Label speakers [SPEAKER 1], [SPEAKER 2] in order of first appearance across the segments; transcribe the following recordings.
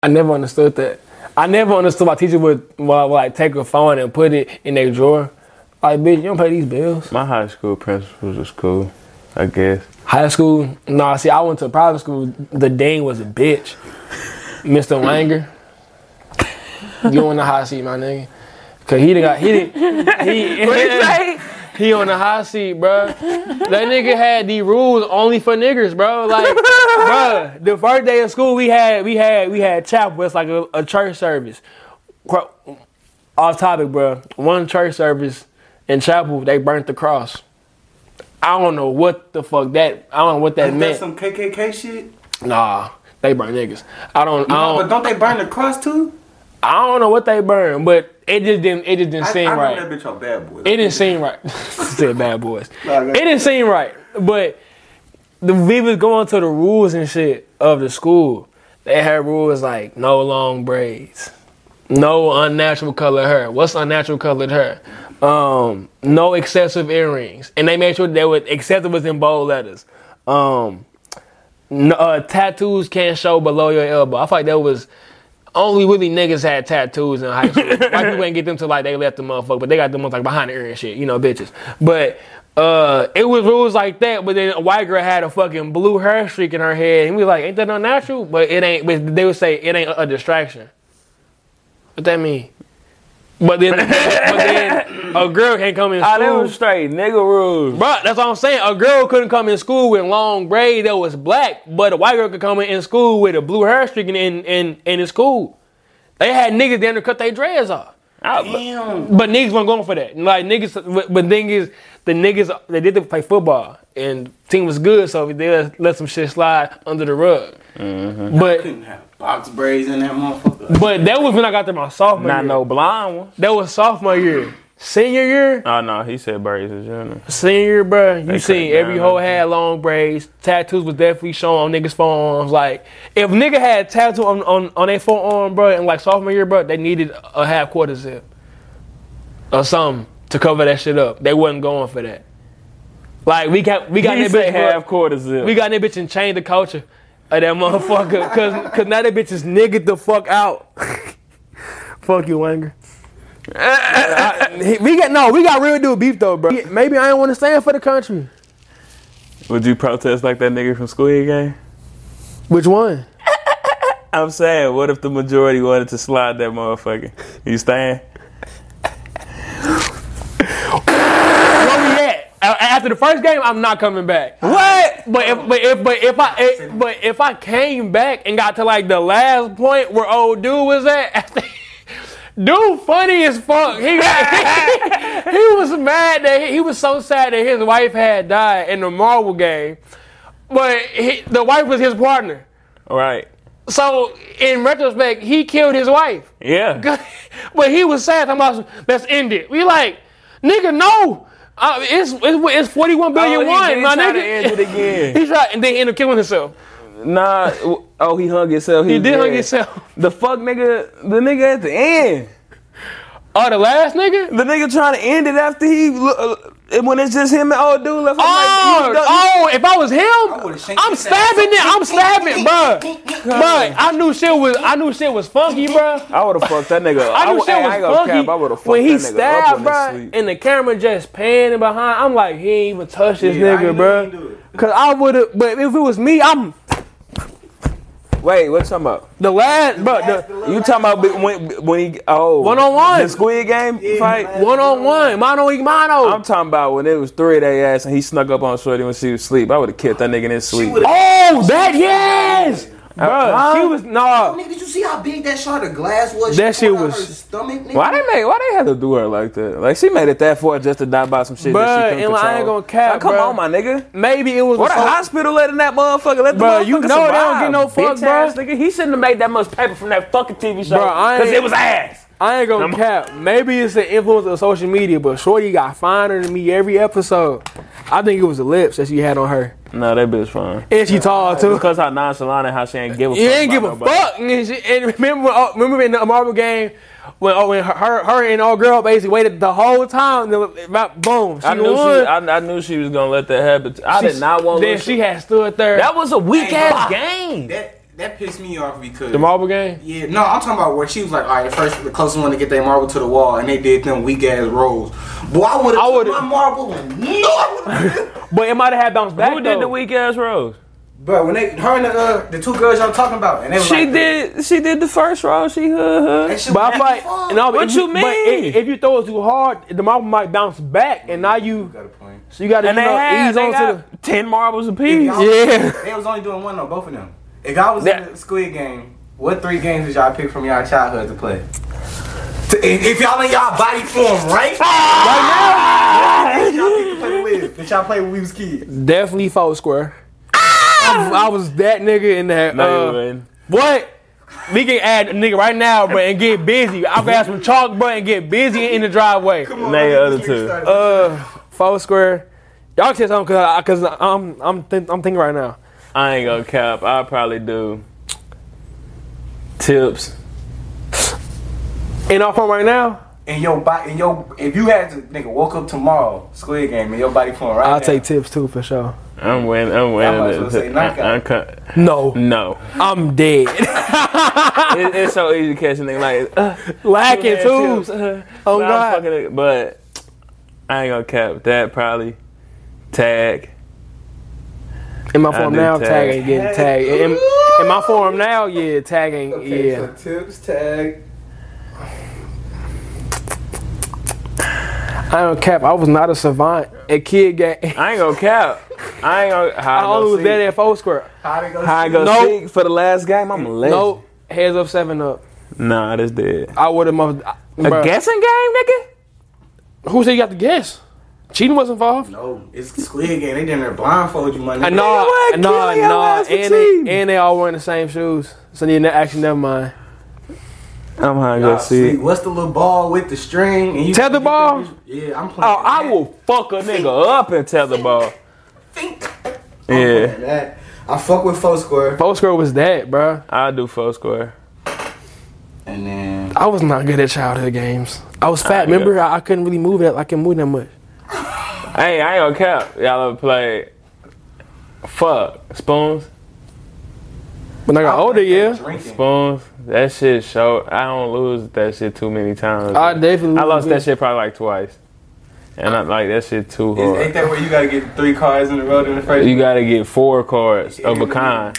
[SPEAKER 1] I never understood that. I never understood why teacher would, why, would like take a phone and put it in their drawer. Like, bitch, you don't pay these bills.
[SPEAKER 2] My high school principals was cool, I guess.
[SPEAKER 1] High school, nah. See, I went to private school. The dean was a bitch, Mr. Wanger. You on the hot seat, my nigga. Cause he done got he done, he he on the hot seat, bro. That nigga had the rules only for niggers, bro. Like, bro, the first day of school we had we had we had chapel. It's like a, a church service. Cro- Off topic, bro. One church service in chapel, they burnt the cross. I don't know what the fuck that. I don't know what that
[SPEAKER 3] Is that
[SPEAKER 1] meant.
[SPEAKER 3] some KKK shit?
[SPEAKER 1] nah, they burnt niggas. I don't. I
[SPEAKER 3] No,
[SPEAKER 1] don't.
[SPEAKER 3] but don't they burn the cross too?
[SPEAKER 1] I don't know what they burned, but it just didn't. It just didn't
[SPEAKER 3] I, I
[SPEAKER 1] seem
[SPEAKER 3] know
[SPEAKER 1] right.
[SPEAKER 3] that bitch on bad boy.
[SPEAKER 1] It didn't seem right. Said bad boys.
[SPEAKER 3] Nah,
[SPEAKER 1] it
[SPEAKER 3] that-
[SPEAKER 1] didn't seem right, but the we was going to the rules and shit of the school. They had rules like no long braids, no unnatural colored hair. What's unnatural colored hair? Um, no excessive earrings, and they made sure they would excessive was in bold letters. Um, n- uh, tattoos can't show below your elbow. I feel like that was only really niggas had tattoos in high school. White people ain't get them till like they left the motherfucker, but they got them ones like behind the ear and shit, you know, bitches. But uh, it was rules like that. But then a white girl had a fucking blue hair streak in her head, and we like, ain't that unnatural? But it ain't. But they would say it ain't a, a distraction. What that mean? But then, but then a girl can't come in school.
[SPEAKER 2] I Ah, them straight nigga rules.
[SPEAKER 1] Bruh, that's what I'm saying. A girl couldn't come in school with long braid that was black, but a white girl could come in, in school with a blue hair streak in in in, in his school. They had niggas down there cut their dreads off.
[SPEAKER 2] I,
[SPEAKER 3] Damn.
[SPEAKER 1] But niggas weren't going for that. Like niggas, but, but thing is, the niggas they did play football and team was good, so they let, let some shit slide under the rug.
[SPEAKER 2] Mm-hmm.
[SPEAKER 1] But
[SPEAKER 3] Couldn't have box braids in that motherfucker.
[SPEAKER 1] but that was when I got to my sophomore
[SPEAKER 2] not
[SPEAKER 1] year.
[SPEAKER 2] no blind one.
[SPEAKER 1] That was sophomore year. Senior year,
[SPEAKER 2] Oh no, he said braids is general.
[SPEAKER 1] Senior, bruh, you
[SPEAKER 2] They
[SPEAKER 1] seen
[SPEAKER 2] cut
[SPEAKER 1] every
[SPEAKER 2] down
[SPEAKER 1] hoe
[SPEAKER 2] on-
[SPEAKER 1] had long braids. Tattoos was definitely shown on niggas' forearms. Like, if nigga had tattoo on on, on their forearm, bruh, and like sophomore year, bruh, they needed a half quarter zip or something to cover that shit up. They wasn't going for that. Like we got we got
[SPEAKER 2] He
[SPEAKER 1] that bitch
[SPEAKER 2] said half
[SPEAKER 1] half.
[SPEAKER 2] quarter zip.
[SPEAKER 1] We got that bitch and changed the culture of that motherfucker. Cause cause now that bitch is nigga the fuck out. fuck you, anger. we got no, we got real dude beef though, bro. Maybe I ain't want to stand for the country.
[SPEAKER 2] Would you protest like that nigga from Squid Game?
[SPEAKER 1] Which one?
[SPEAKER 2] I'm saying, what if the majority wanted to slide that motherfucker? You staying?
[SPEAKER 1] Where we at? A- After the first game, I'm not coming back.
[SPEAKER 2] What?
[SPEAKER 1] But if but if but if I if, but if I came back and got to like the last point where old dude was at, dude funny as fuck. He he was mad that he, he was so sad that his wife had died in the marble game, but he, the wife was his partner.
[SPEAKER 2] Right.
[SPEAKER 1] So in retrospect, he killed his wife.
[SPEAKER 2] Yeah.
[SPEAKER 1] but he was sad. I'm about let's end it. We like, nigga, no. Uh, it's, it's it's 41 billion
[SPEAKER 2] Oh, he
[SPEAKER 1] one,
[SPEAKER 2] did
[SPEAKER 1] my
[SPEAKER 2] try
[SPEAKER 1] nigga.
[SPEAKER 2] to end it again.
[SPEAKER 1] he tried and then ended up killing himself.
[SPEAKER 2] Nah. w- Oh, he hung himself.
[SPEAKER 1] He did hung
[SPEAKER 2] dead.
[SPEAKER 1] himself.
[SPEAKER 2] The fuck, nigga. The nigga at the end.
[SPEAKER 1] Oh, the last nigga.
[SPEAKER 2] The nigga trying to end it after he. look- uh, When it's just him and old dude left. I'm like,
[SPEAKER 1] Oh,
[SPEAKER 2] you done-
[SPEAKER 1] oh! If I was him,
[SPEAKER 3] would've shanked
[SPEAKER 1] I'm
[SPEAKER 3] his ass.
[SPEAKER 1] stabbing it. I'm stabbing, bruh. bruh, I knew shit was I knew shit was funky, bruh.
[SPEAKER 2] I would have fucked that nigga. up.
[SPEAKER 1] I knew
[SPEAKER 2] would-
[SPEAKER 1] shit
[SPEAKER 2] hey, I
[SPEAKER 1] was
[SPEAKER 2] ain't gonna
[SPEAKER 1] funky
[SPEAKER 2] cap, I would have fucked
[SPEAKER 1] when he
[SPEAKER 2] that nigga up
[SPEAKER 1] stabbed,
[SPEAKER 2] in his
[SPEAKER 1] bro,
[SPEAKER 2] sleep.
[SPEAKER 1] and the camera just panning behind. I'm like, he ain't even touched this
[SPEAKER 3] Yeah, I
[SPEAKER 1] nigga,
[SPEAKER 3] ain't know
[SPEAKER 1] bro.
[SPEAKER 3] he do it.
[SPEAKER 1] Cause I would have, but if it was me, I'm
[SPEAKER 2] Wait, what you talking about?
[SPEAKER 1] the last, bro. The
[SPEAKER 2] You talking about be- when when he oh
[SPEAKER 1] One on one.
[SPEAKER 2] the Squid Game fight?
[SPEAKER 1] one on one, mano y mano.
[SPEAKER 2] I'm talking about when it was three of their ass and he snuck up on Shorty when she was asleep. I would have killed that nigga in his sleep.
[SPEAKER 3] would've-
[SPEAKER 1] oh, that yes, bro.
[SPEAKER 2] huh?
[SPEAKER 1] She was nah.
[SPEAKER 3] Nigga, did you see how big that shard of glass was?
[SPEAKER 1] That
[SPEAKER 3] She
[SPEAKER 1] shit
[SPEAKER 3] pulled out
[SPEAKER 1] was-
[SPEAKER 3] her stomach. Nigga.
[SPEAKER 2] Why they make? Why they had to do her like that? Like she made it that far just to not buy some shit
[SPEAKER 1] Bruh,
[SPEAKER 2] that she couldn't
[SPEAKER 1] and
[SPEAKER 2] control.
[SPEAKER 1] I ain't gonna cap,
[SPEAKER 2] Like, come
[SPEAKER 1] bruh.
[SPEAKER 2] on, my nigga.
[SPEAKER 1] Maybe it was
[SPEAKER 2] What a
[SPEAKER 1] so-
[SPEAKER 2] hospital letting that motherfucker let the
[SPEAKER 1] Bruh, you
[SPEAKER 2] motherfucker
[SPEAKER 1] know they don't
[SPEAKER 2] survive,
[SPEAKER 1] get no fuck,
[SPEAKER 2] bitch ass
[SPEAKER 1] bruh.
[SPEAKER 2] Nigga, he shouldn't have made that much paper from that fucking TV show
[SPEAKER 1] Bruh, I
[SPEAKER 2] because
[SPEAKER 1] ain't-
[SPEAKER 2] it was ass.
[SPEAKER 1] I ain't gonna
[SPEAKER 2] I'm-
[SPEAKER 1] cap. Maybe it's the influence of social media, but Shorty got finer than me every episode. I think it was the lips that she had on her,
[SPEAKER 2] No, that bitch fine.
[SPEAKER 1] and she tall too.
[SPEAKER 2] Because how nonchalant and how she ain't give a fuck.
[SPEAKER 1] You ain't give a
[SPEAKER 2] about nobody.
[SPEAKER 1] fuck. And, she, and remember, when- oh, remember in the Marvel game when oh, when her, her her and old girl basically waited the whole time. and then about- boom, she
[SPEAKER 2] I knew
[SPEAKER 1] won.
[SPEAKER 2] she. I, I knew she was gonna let that happen. I did not want.
[SPEAKER 1] Then
[SPEAKER 2] Lil
[SPEAKER 1] she
[SPEAKER 2] Shorty-
[SPEAKER 1] had stood there.
[SPEAKER 2] That was a weak
[SPEAKER 3] Hey,
[SPEAKER 2] ass
[SPEAKER 3] fuck.
[SPEAKER 2] game.
[SPEAKER 3] That that pissed me off because
[SPEAKER 1] The marble game?
[SPEAKER 3] Yeah, no, I'm talking about where she was like, all right, the first, the closest one to get their marble to the wall, and they did them weak ass rolls. Boy, I would
[SPEAKER 1] I
[SPEAKER 3] have
[SPEAKER 1] would've-
[SPEAKER 3] took my marble and no, I would've-
[SPEAKER 1] But it might have had bounced back.
[SPEAKER 2] Who did
[SPEAKER 1] though.
[SPEAKER 2] the weak ass rose?
[SPEAKER 3] Bro, when they her and the uh, the two girls y'all talking about, and they was
[SPEAKER 2] She
[SPEAKER 3] like,
[SPEAKER 2] did. She did the first rose. She hood
[SPEAKER 3] That
[SPEAKER 2] hood.
[SPEAKER 3] shit
[SPEAKER 1] But I
[SPEAKER 3] was
[SPEAKER 1] fight.
[SPEAKER 3] fun.
[SPEAKER 1] No, but
[SPEAKER 2] What
[SPEAKER 1] if
[SPEAKER 2] you
[SPEAKER 1] But
[SPEAKER 2] mean?
[SPEAKER 1] if, if you throw it too hard, the marble might bounce back, and now you
[SPEAKER 3] got a point.
[SPEAKER 1] so you got to
[SPEAKER 2] And they had
[SPEAKER 1] ease
[SPEAKER 2] they
[SPEAKER 1] on
[SPEAKER 2] got
[SPEAKER 1] to
[SPEAKER 2] ten marbles
[SPEAKER 3] If
[SPEAKER 2] apiece.
[SPEAKER 3] y'all-
[SPEAKER 1] Yeah.
[SPEAKER 3] they was only doing one though, both of them. If y'all was
[SPEAKER 1] That-
[SPEAKER 3] in the Squid Game, what three games did y'all pick from y'all childhood to play? To- If if y'all in y'all body form, right? Right now, what did y'all pick to play with? Did y'all play when we was kids?
[SPEAKER 1] the definitely four square. I, was, I was that nigga in that.
[SPEAKER 2] No,
[SPEAKER 1] uh,
[SPEAKER 2] you wouldn't.
[SPEAKER 1] what? We can add a nigga right now, bro, and get busy. I grab some chalk, bro, and get busy in the driveway.
[SPEAKER 3] on,
[SPEAKER 2] Nay,
[SPEAKER 3] let me
[SPEAKER 2] other
[SPEAKER 3] get
[SPEAKER 2] two.
[SPEAKER 3] started.
[SPEAKER 1] Uh, four square. Y'all can say something because cause I'm I'm think, I'm thinking right now.
[SPEAKER 2] I ain't gonna cap. I'll probably do tips.
[SPEAKER 1] In our phone right now,
[SPEAKER 3] in your body, in your if you had to nigga woke up tomorrow, Squid Game, in your body form, right?
[SPEAKER 1] I'll
[SPEAKER 3] now,
[SPEAKER 1] take tips too for sure.
[SPEAKER 2] I'm winning. I'm winning.
[SPEAKER 3] might as well
[SPEAKER 2] it.
[SPEAKER 3] say knockout.
[SPEAKER 2] I- I can't-
[SPEAKER 1] No,
[SPEAKER 2] no,
[SPEAKER 1] I'm dead.
[SPEAKER 2] it, it's so easy to catch a nigga like uh,
[SPEAKER 1] Lacking too.
[SPEAKER 2] tips, uh,
[SPEAKER 1] Oh
[SPEAKER 2] but I'm
[SPEAKER 1] God.
[SPEAKER 2] fucking it- but I ain't gonna cap that. Probably tag.
[SPEAKER 1] In my
[SPEAKER 2] I
[SPEAKER 1] form
[SPEAKER 2] do
[SPEAKER 1] now,
[SPEAKER 2] tag.
[SPEAKER 1] tag, ain't getting tagged. In, in my form now, yeah, tag ain't,
[SPEAKER 3] Okay,
[SPEAKER 1] yeah.
[SPEAKER 3] so tips tag.
[SPEAKER 1] I don't cap. I was not a savant at kid game. I,
[SPEAKER 2] I ain't gonna cap. I ain't gonna. How I, go
[SPEAKER 1] only was
[SPEAKER 2] see-
[SPEAKER 1] there at four square.
[SPEAKER 3] How to go?
[SPEAKER 2] How I go
[SPEAKER 1] Nope.
[SPEAKER 2] see for the last game? I'm a legend.
[SPEAKER 1] No heads up, seven up.
[SPEAKER 2] Nah, that's dead.
[SPEAKER 1] I would have.
[SPEAKER 2] A guessing game, nigga.
[SPEAKER 1] Who said you got to guess? Cheating was involved.
[SPEAKER 3] No, it's Squid Game. They didn't there blindfold you, my
[SPEAKER 1] Uh,
[SPEAKER 3] nigga.
[SPEAKER 1] No,
[SPEAKER 2] what?
[SPEAKER 1] uh, no,
[SPEAKER 2] Kill your
[SPEAKER 1] no.
[SPEAKER 2] ass for
[SPEAKER 1] And they,
[SPEAKER 2] cheating.
[SPEAKER 1] and they all wearing the same shoes. So then that actually never mind.
[SPEAKER 2] I'm gonna
[SPEAKER 3] Y'all
[SPEAKER 2] go see.
[SPEAKER 3] sleep.
[SPEAKER 2] it.
[SPEAKER 3] Ah, What's the little ball with the string? And you
[SPEAKER 1] Tether
[SPEAKER 3] you-
[SPEAKER 1] ball?
[SPEAKER 3] Yeah, I'm playing.
[SPEAKER 2] Oh, I
[SPEAKER 3] that.
[SPEAKER 2] will fuck a nigga up and tell the ball.
[SPEAKER 3] Think.
[SPEAKER 2] Yeah.
[SPEAKER 3] That. I fuck with Foursquare.
[SPEAKER 1] Four square was that, bruh.
[SPEAKER 2] I'll do four square.
[SPEAKER 3] And then
[SPEAKER 1] I was not good at childhood games. I was fat.
[SPEAKER 2] yeah.
[SPEAKER 1] remember, I, I couldn't really move that. I couldn't move that much.
[SPEAKER 2] Hey, I ain't gonna cap. Y'all ever play fuck spoons?
[SPEAKER 1] When I got older, yeah,
[SPEAKER 3] Drinking.
[SPEAKER 2] Spoons? That shit show. I don't lose that shit too many times.
[SPEAKER 1] I definitely
[SPEAKER 2] I lost
[SPEAKER 1] lose
[SPEAKER 2] that shit probably like twice, and I like that shit too
[SPEAKER 3] Is, ain't
[SPEAKER 2] hard.
[SPEAKER 3] that where you gotta get three cars in a row in the first?
[SPEAKER 2] You gotta get four cards of a kind.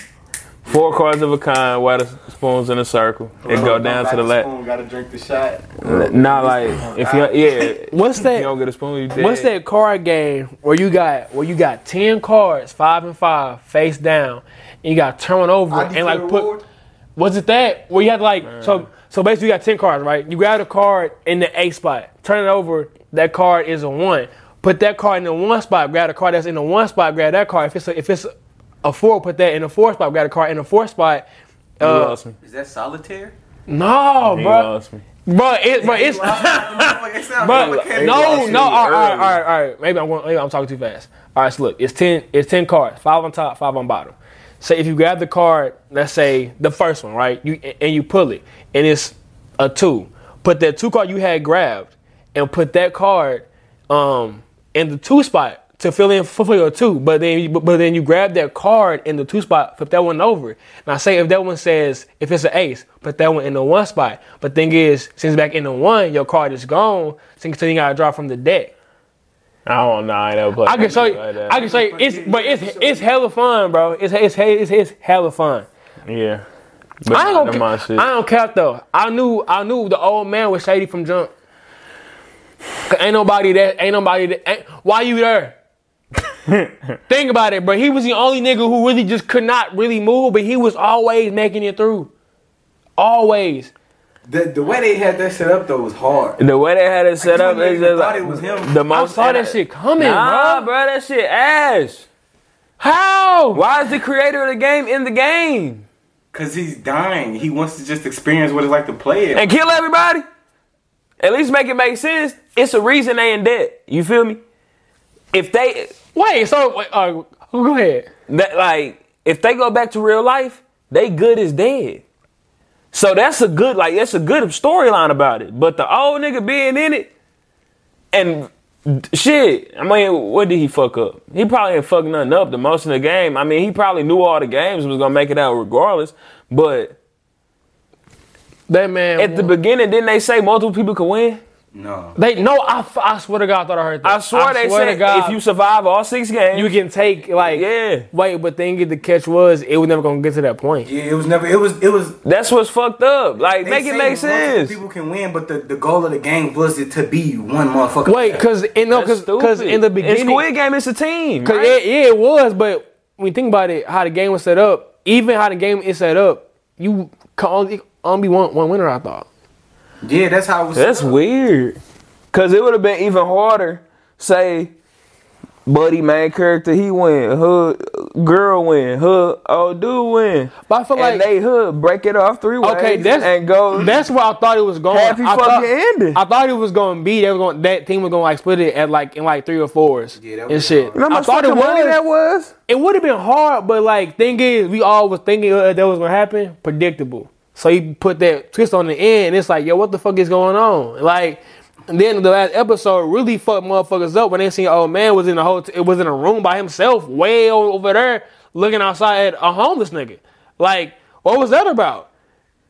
[SPEAKER 2] Four cards of a kind. While the spoons in a circle, it
[SPEAKER 3] Roll,
[SPEAKER 2] go
[SPEAKER 3] go
[SPEAKER 2] down
[SPEAKER 3] back
[SPEAKER 2] to the left.
[SPEAKER 3] spoon, Gotta drink the shot.
[SPEAKER 2] Not like if you yeah.
[SPEAKER 1] What's
[SPEAKER 2] You
[SPEAKER 1] that?
[SPEAKER 2] don't get a spoon. You dead.
[SPEAKER 1] What's that card game where you got where you got ten cards, five and five, face down, and you got to turn one over
[SPEAKER 3] I
[SPEAKER 1] and like
[SPEAKER 3] declare
[SPEAKER 1] put?
[SPEAKER 3] war.
[SPEAKER 1] Was it that where you had like so so basically you got ten cards, right? You grab the card in the A spot, turn it over. That card is a one. Put that card in the one spot. Grab the card that's in the one spot. Grab that card. If it's a, if it's a four, put that in the four spot. Grab the card in the four spot.
[SPEAKER 2] You
[SPEAKER 1] Uh,
[SPEAKER 2] lost me.
[SPEAKER 3] Is that solitaire?
[SPEAKER 1] no,
[SPEAKER 2] You
[SPEAKER 1] bro,
[SPEAKER 2] lost me.
[SPEAKER 1] bro, it, bro, it's. But
[SPEAKER 3] But
[SPEAKER 1] no,
[SPEAKER 2] Lost
[SPEAKER 1] no, uh,
[SPEAKER 2] me
[SPEAKER 1] all right, all right, all right,
[SPEAKER 2] early.
[SPEAKER 1] all right. Maybe I'm going, maybe I'm talking too fast. All right, so look, it's ten, it's ten cards, five on top, five on bottom. Say if you grab the card, let's say the first one, right? You and you pull it, and it's a two. Put that two card you had grabbed, and put that card um in the two spot to fill in for for your two. But then, you, but, but then you grab that card in the two spot, flip that one over. Now say if that one says if it's an ace, put that one in the one spot. But thing is, since it's back in the one, your card is gone. So so you gotta draw from the deck.
[SPEAKER 2] I don't know. I ain't never played.
[SPEAKER 1] I can show you.
[SPEAKER 2] like
[SPEAKER 1] I can show you. It's but it's it's hella fun, bro. It's it's it's, it's hella fun.
[SPEAKER 2] Yeah. But
[SPEAKER 1] I ain't
[SPEAKER 2] my
[SPEAKER 1] gonna.
[SPEAKER 2] shit.
[SPEAKER 1] I don't cap though. I knew I knew the old man was shady from jump. 'Cause ain't nobody that ain't nobody that ain't, why you there? Think about it, bro. He was the only nigga who really just could not really move, but he was always making it through. Always.
[SPEAKER 3] The, the way they had that set up though was hard.
[SPEAKER 2] the way they had it set
[SPEAKER 3] you
[SPEAKER 2] up
[SPEAKER 3] wouldn't
[SPEAKER 2] is
[SPEAKER 3] even
[SPEAKER 2] just
[SPEAKER 3] thought
[SPEAKER 2] like
[SPEAKER 3] it was him.
[SPEAKER 2] the
[SPEAKER 1] I
[SPEAKER 2] most.
[SPEAKER 1] saw that shit coming,
[SPEAKER 2] Nah,
[SPEAKER 1] bro.
[SPEAKER 2] bro, that shit ass.
[SPEAKER 1] How?
[SPEAKER 2] Why is the creator of the game in the game
[SPEAKER 3] Cause he's dying. He wants to just experience what it's like to play it.
[SPEAKER 2] and kill everybody? At least make it make sense. It's a reason they in debt. You feel me? If they
[SPEAKER 1] Wait. So wait, uh, go ahead.
[SPEAKER 2] that like if they go back to real life, they good is dead. So that's a good like that's a good storyline about it. But the old nigga being in it and Shit, I mean, what did he fuck up? He probably didn't fuck nothing up. The most of the game, I mean, he probably knew all the games was gonna make it out regardless. But
[SPEAKER 1] That man.
[SPEAKER 2] at the
[SPEAKER 1] won.
[SPEAKER 2] beginning, didn't they say multiple people could win?
[SPEAKER 3] No.
[SPEAKER 1] they no, I, f- I swear to God, I thought I heard that.
[SPEAKER 2] I swear they
[SPEAKER 1] to
[SPEAKER 2] said if you survive all six games,
[SPEAKER 1] you can take like
[SPEAKER 2] Yeah.
[SPEAKER 1] Wait, but thing is, the catch was it was never gonna get to that point.
[SPEAKER 3] Yeah, it was never. It was. It was.
[SPEAKER 2] that's what's fucked up. Like,
[SPEAKER 3] they
[SPEAKER 2] make it
[SPEAKER 3] say
[SPEAKER 2] make
[SPEAKER 3] multiple
[SPEAKER 2] sense.
[SPEAKER 3] People can win, but the, the goal of the game was it to be one motherfucker.
[SPEAKER 1] Wait, cause in no, cause,
[SPEAKER 2] That's
[SPEAKER 1] 'cause
[SPEAKER 2] stupid.
[SPEAKER 1] in the beginning,
[SPEAKER 2] in Squid Game, it's a team.
[SPEAKER 1] Cause
[SPEAKER 2] right?
[SPEAKER 1] yeah, yeah, it was, but when you think about it, how the game was set up, even how the game is set up, you can only only be one one winner. I thought.
[SPEAKER 3] Yeah, that's how it was.
[SPEAKER 2] That's weird. Cause it would have been even harder. Say, buddy, main character, he win. Hood girl win. Hood old dude win.
[SPEAKER 1] But I feel
[SPEAKER 2] and
[SPEAKER 1] like-
[SPEAKER 2] they hood break it off three ways.
[SPEAKER 1] Okay, that's
[SPEAKER 2] and go.
[SPEAKER 1] That's where I thought it was going.
[SPEAKER 2] Happy
[SPEAKER 1] I thought,
[SPEAKER 2] fucking ending.
[SPEAKER 1] I thought it was going to be they were going that team was going to like split it at like in like three or fours.
[SPEAKER 3] Yeah, that
[SPEAKER 1] and
[SPEAKER 3] would've
[SPEAKER 1] shit.
[SPEAKER 3] been
[SPEAKER 2] You know how
[SPEAKER 1] I
[SPEAKER 2] much
[SPEAKER 1] thought it
[SPEAKER 2] fucking money that
[SPEAKER 1] was.
[SPEAKER 2] was.
[SPEAKER 1] It would have been hard, but like thing is, we all was thinking uh, that was going to happen. Predictable. So you put that twist on the end, and it's like, yo, what the fuck is going on? Like. And then the last episode really fucked motherfuckers up when they seen old man was in a hotel, it was in a room by himself, way o- over there, looking outside at a homeless nigga. Like, what was that about?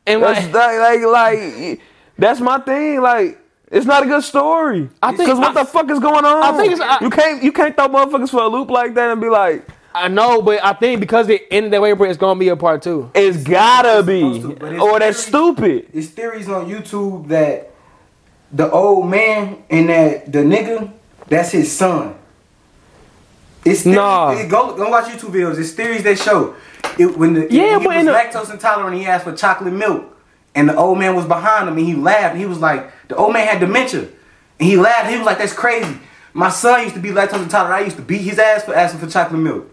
[SPEAKER 1] And
[SPEAKER 2] That's
[SPEAKER 1] like,
[SPEAKER 2] like, like, like, that's my thing. Like, it's not a good story. I
[SPEAKER 1] think-
[SPEAKER 2] Cause what
[SPEAKER 1] I-
[SPEAKER 2] the fuck is going on?
[SPEAKER 1] I think it's- I-
[SPEAKER 2] you can't you can't throw motherfuckers for a loop like that and be like,
[SPEAKER 1] I know, but I think because it ended that way, bro, it's gonna be a part two.
[SPEAKER 2] it's gotta be,
[SPEAKER 3] supposed to, but it's
[SPEAKER 2] or that's
[SPEAKER 3] really-
[SPEAKER 2] stupid.
[SPEAKER 3] It's theories on YouTube that the old man and that the nigga, that's his son. It's theories,
[SPEAKER 1] Nah.
[SPEAKER 3] it- go go watch YouTube videos. It's theories that show it, when the
[SPEAKER 1] Yeah,
[SPEAKER 3] when he
[SPEAKER 1] but
[SPEAKER 3] was
[SPEAKER 1] in the-
[SPEAKER 3] lactose intolerant. He asked for chocolate milk, and the old man was behind him, and he laughed. And he was like, the old man had dementia, and he laughed. he was like, that's crazy. My son used to be lactose intolerant. I used to beat his ass for asking for chocolate milk.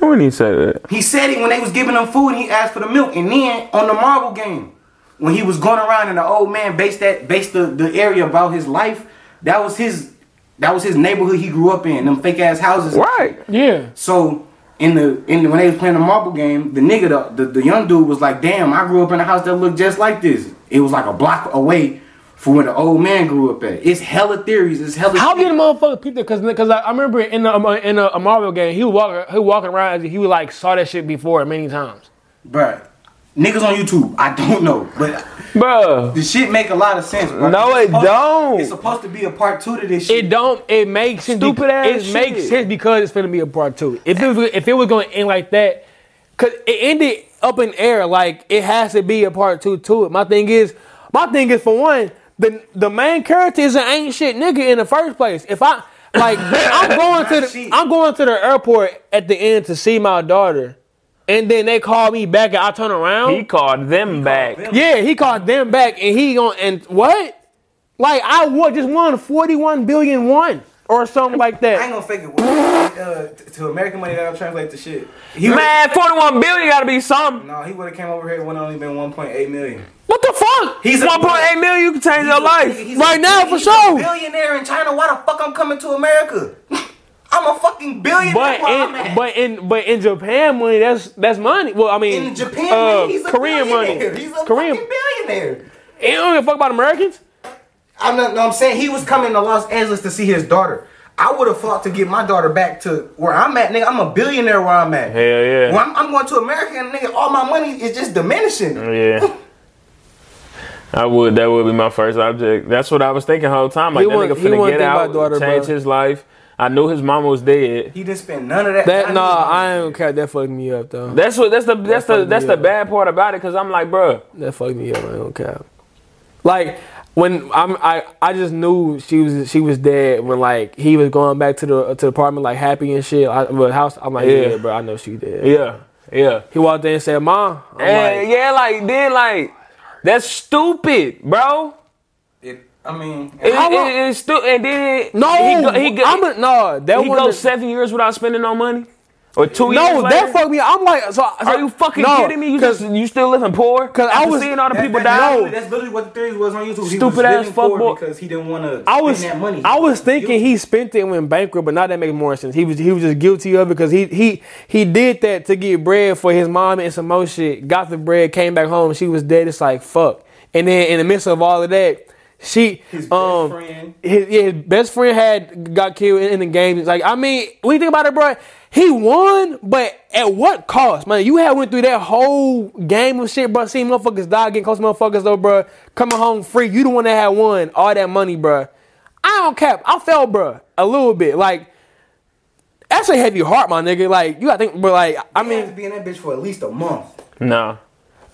[SPEAKER 2] When he say that?
[SPEAKER 3] He said it when they was giving him food and he asked for the milk. And then on the marble game, when he was going around and the old man based that based the, the area about his life, that was his that was his neighborhood he grew up in, them fake ass houses.
[SPEAKER 2] Right.
[SPEAKER 1] Yeah.
[SPEAKER 3] So in the in the, when they was playing the marble game, the nigga the, the, the young dude was like, damn, I grew up in a house that looked just like this. It was like a block away from where the old man grew up at. It's hella theories, it's hella
[SPEAKER 1] How did
[SPEAKER 3] shit.
[SPEAKER 1] the motherfucker peep that? Cause, cause I, I remember in a, in a, a Marvel game, he was walking he was walking around as he was like saw that shit before many times.
[SPEAKER 3] Bruh. Niggas on YouTube, I don't know. But
[SPEAKER 2] Bruh.
[SPEAKER 3] The shit make a lot of sense, bro.
[SPEAKER 2] No,
[SPEAKER 3] It's
[SPEAKER 2] it
[SPEAKER 3] supposed-
[SPEAKER 2] don't.
[SPEAKER 3] It's supposed to be a part two to this shit.
[SPEAKER 1] It don't. It makes sense.
[SPEAKER 2] Stupid
[SPEAKER 1] bec-
[SPEAKER 2] ass
[SPEAKER 1] It
[SPEAKER 2] shit.
[SPEAKER 1] makes sense because it's gonna be a part two. If it was, if it was gonna end like that, cause it ended up in air. Like it has to be a part two to it. My thing is, my thing is for one, the the main character is an ain't shit nigga in the first place. If I like, I'm going to the,
[SPEAKER 3] shit.
[SPEAKER 1] I'm going to the airport at the end to see my daughter, and then they call me back and I turn around.
[SPEAKER 2] He called them back.
[SPEAKER 3] them.
[SPEAKER 1] Yeah, he called them back, and he going and what? Like I would just won forty one billion one or something like
[SPEAKER 3] I
[SPEAKER 1] that.
[SPEAKER 3] ain't gonna fake it. Uh, t- to American money, that'll translate to shit. He would've-
[SPEAKER 2] Man, 41 billion gotta be something.
[SPEAKER 3] No, he would have came over here. It would only been 1.8 million.
[SPEAKER 1] What the fuck?
[SPEAKER 3] He's a-
[SPEAKER 2] 1.8 million, you can change your life.
[SPEAKER 3] He's
[SPEAKER 1] Right now, for
[SPEAKER 3] he's
[SPEAKER 1] sure.
[SPEAKER 3] A billionaire in China. Why the fuck I'm coming to America? I'm a fucking billionaire.
[SPEAKER 1] But
[SPEAKER 3] where I'm
[SPEAKER 1] in
[SPEAKER 3] at.
[SPEAKER 1] but in but in Japan money, that's that's money. Well, I mean,
[SPEAKER 3] in Japan,
[SPEAKER 1] uh,
[SPEAKER 3] he's a
[SPEAKER 1] Korean money,
[SPEAKER 3] billionaire. He's a
[SPEAKER 1] Korean.
[SPEAKER 3] fucking billionaire.
[SPEAKER 1] They don't give a fuck about Americans.
[SPEAKER 3] I'm not. No, I'm saying he was coming to Los Angeles to see his daughter. I would have fought to get my daughter back to where I'm at, nigga. I'm a billionaire where I'm at. Hell
[SPEAKER 2] yeah.
[SPEAKER 3] When I'm, I'm going to America, and nigga, all my money is just diminishing.
[SPEAKER 2] Yeah. I would. That would be my first object. That's what I was thinking the whole time. Like,
[SPEAKER 1] He
[SPEAKER 2] that
[SPEAKER 1] wouldn't-
[SPEAKER 2] nigga
[SPEAKER 1] he
[SPEAKER 2] finna
[SPEAKER 1] wouldn't
[SPEAKER 2] get
[SPEAKER 1] think
[SPEAKER 2] out,
[SPEAKER 1] about daughter,
[SPEAKER 2] change
[SPEAKER 1] bro.
[SPEAKER 2] his life. I knew his mama was dead.
[SPEAKER 3] He didn't spend none of that.
[SPEAKER 1] That
[SPEAKER 3] I
[SPEAKER 1] nah, I
[SPEAKER 3] knew-
[SPEAKER 1] ain't okay. That fucked me up though.
[SPEAKER 2] That's what. That's the. That's the.
[SPEAKER 1] fucked me
[SPEAKER 2] That's the
[SPEAKER 1] up.
[SPEAKER 2] bad part about it. Cause I'm like, bruh.
[SPEAKER 1] That fucked me up. I don't care. Like when I'm, I I just knew she was she was dead when like he was going back to the to the apartment like happy and shit. I, but house, I'm like
[SPEAKER 2] Yeah.
[SPEAKER 1] yeah, bro, I know she dead.
[SPEAKER 2] Yeah. Yeah.
[SPEAKER 1] He walked in and said, "Mom," I'm
[SPEAKER 2] And,
[SPEAKER 1] like,
[SPEAKER 2] yeah. Like then. Like that's stupid, bro.
[SPEAKER 3] It, I mean,
[SPEAKER 2] It,
[SPEAKER 1] How long-
[SPEAKER 2] it- it's stu- and then
[SPEAKER 1] "No,
[SPEAKER 2] he go, he go,
[SPEAKER 1] I'm a, no." That
[SPEAKER 2] he
[SPEAKER 1] one,
[SPEAKER 2] goes seven years without spending no money, or two years.
[SPEAKER 1] no,
[SPEAKER 2] later?
[SPEAKER 1] that fucked me. up. I'm like, so, so
[SPEAKER 2] Are you fucking
[SPEAKER 1] no,
[SPEAKER 2] kidding me? You just you still living poor?
[SPEAKER 1] 'Cause I
[SPEAKER 2] After
[SPEAKER 1] was-
[SPEAKER 2] seeing all the
[SPEAKER 3] that-
[SPEAKER 2] people
[SPEAKER 3] that's
[SPEAKER 2] die.
[SPEAKER 3] literally- That's literally what the theories was on YouTube. He
[SPEAKER 2] Stupid
[SPEAKER 3] was
[SPEAKER 2] ass
[SPEAKER 3] living poor
[SPEAKER 2] fuckboy.
[SPEAKER 3] because he didn't want to
[SPEAKER 1] I was
[SPEAKER 3] spend that money.
[SPEAKER 1] I was thinking he spent it and went bankrupt, but now that makes more sense. He was he was just guilty of it because he he he did that to get bread for his mom and some more shit. Got the bread, came back home, she was dead. It's like fuck. And then in the midst of all of that, She
[SPEAKER 3] His best
[SPEAKER 1] um
[SPEAKER 3] friend.
[SPEAKER 1] his, yeah, his best friend had got killed in, in the game. It's like I mean, when you think about it, bro, he won, but at what cost, man? You had went through that whole game of shit, bro. Seeing motherfuckers die, getting close to motherfuckers though, bro. Coming home free, you the one that had won all that money, bro. I don't cap. I felt, bro, a little bit. Like that's a heavy heart, my nigga. Like you, I think, but like I
[SPEAKER 3] I had to
[SPEAKER 1] mean,
[SPEAKER 3] be in that bitch for at least a month.
[SPEAKER 2] No.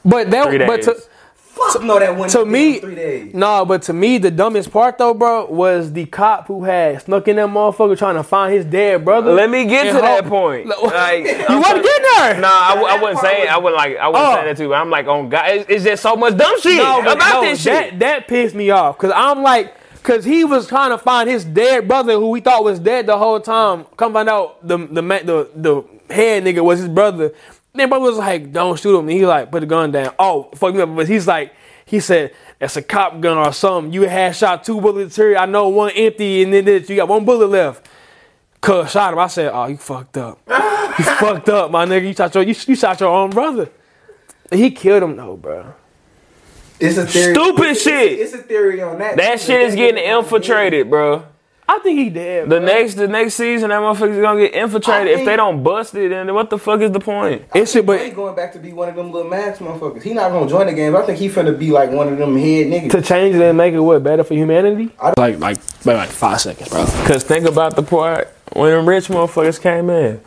[SPEAKER 1] but
[SPEAKER 2] Three
[SPEAKER 1] that, but to,
[SPEAKER 2] days.
[SPEAKER 3] Fuck no, that one
[SPEAKER 1] to me,
[SPEAKER 3] three days.
[SPEAKER 1] nah, but to me, the dumbest part though, bro, was the cop who had snuck in that motherfucker trying to find his dead brother.
[SPEAKER 2] Let me get
[SPEAKER 1] And
[SPEAKER 2] to that
[SPEAKER 1] hope-
[SPEAKER 2] point.
[SPEAKER 1] Look,
[SPEAKER 2] Like
[SPEAKER 1] you want to get there?
[SPEAKER 2] Nah, I, w- I
[SPEAKER 3] That
[SPEAKER 2] wasn't
[SPEAKER 3] part
[SPEAKER 2] saying.
[SPEAKER 3] was-
[SPEAKER 2] I wasn't like. I wasn't
[SPEAKER 1] Oh.
[SPEAKER 2] saying that too. But I'm like, on God, it's, it's just so much dumb shit
[SPEAKER 1] No, but
[SPEAKER 2] about
[SPEAKER 1] no,
[SPEAKER 2] this shit.
[SPEAKER 1] That, that pissed me off because I'm like, because he was trying to find his dead brother who we thought was dead the whole time. Come find out the the ma- the, the head nigga was his brother. Then brother was like, "Don't shoot him." And he like put the gun down. Oh, fuck me up. But he's like, he said. That's a cop gun or something. You had shot two bullets here. I know one empty, and then this- you got one bullet left. Cuz shot him. I said, "Oh, you fucked up. you fucked up, my nigga. You shot your you, you shot your own brother. He killed him, though, bro.
[SPEAKER 3] It's a theory.
[SPEAKER 2] Stupid
[SPEAKER 3] it's,
[SPEAKER 2] shit.
[SPEAKER 3] It's, a theory on that.
[SPEAKER 2] That shit is getting infiltrated, bro.
[SPEAKER 1] I think he dead.
[SPEAKER 2] The next the next season, that motherfucker's gonna get infiltrated.
[SPEAKER 3] I
[SPEAKER 2] if
[SPEAKER 3] think-
[SPEAKER 2] they don't bust it, then what the fuck is the point?
[SPEAKER 1] It should,
[SPEAKER 3] But he
[SPEAKER 1] but
[SPEAKER 3] going back to be one of them little Max motherfuckers. He not gonna join the game. I think he finna be like one of them head niggas.
[SPEAKER 1] to change it and make it what better for humanity?
[SPEAKER 3] I don't-
[SPEAKER 1] Like, like, maybe like five seconds, bro.
[SPEAKER 2] Cause think about the part when the rich motherfuckers came in.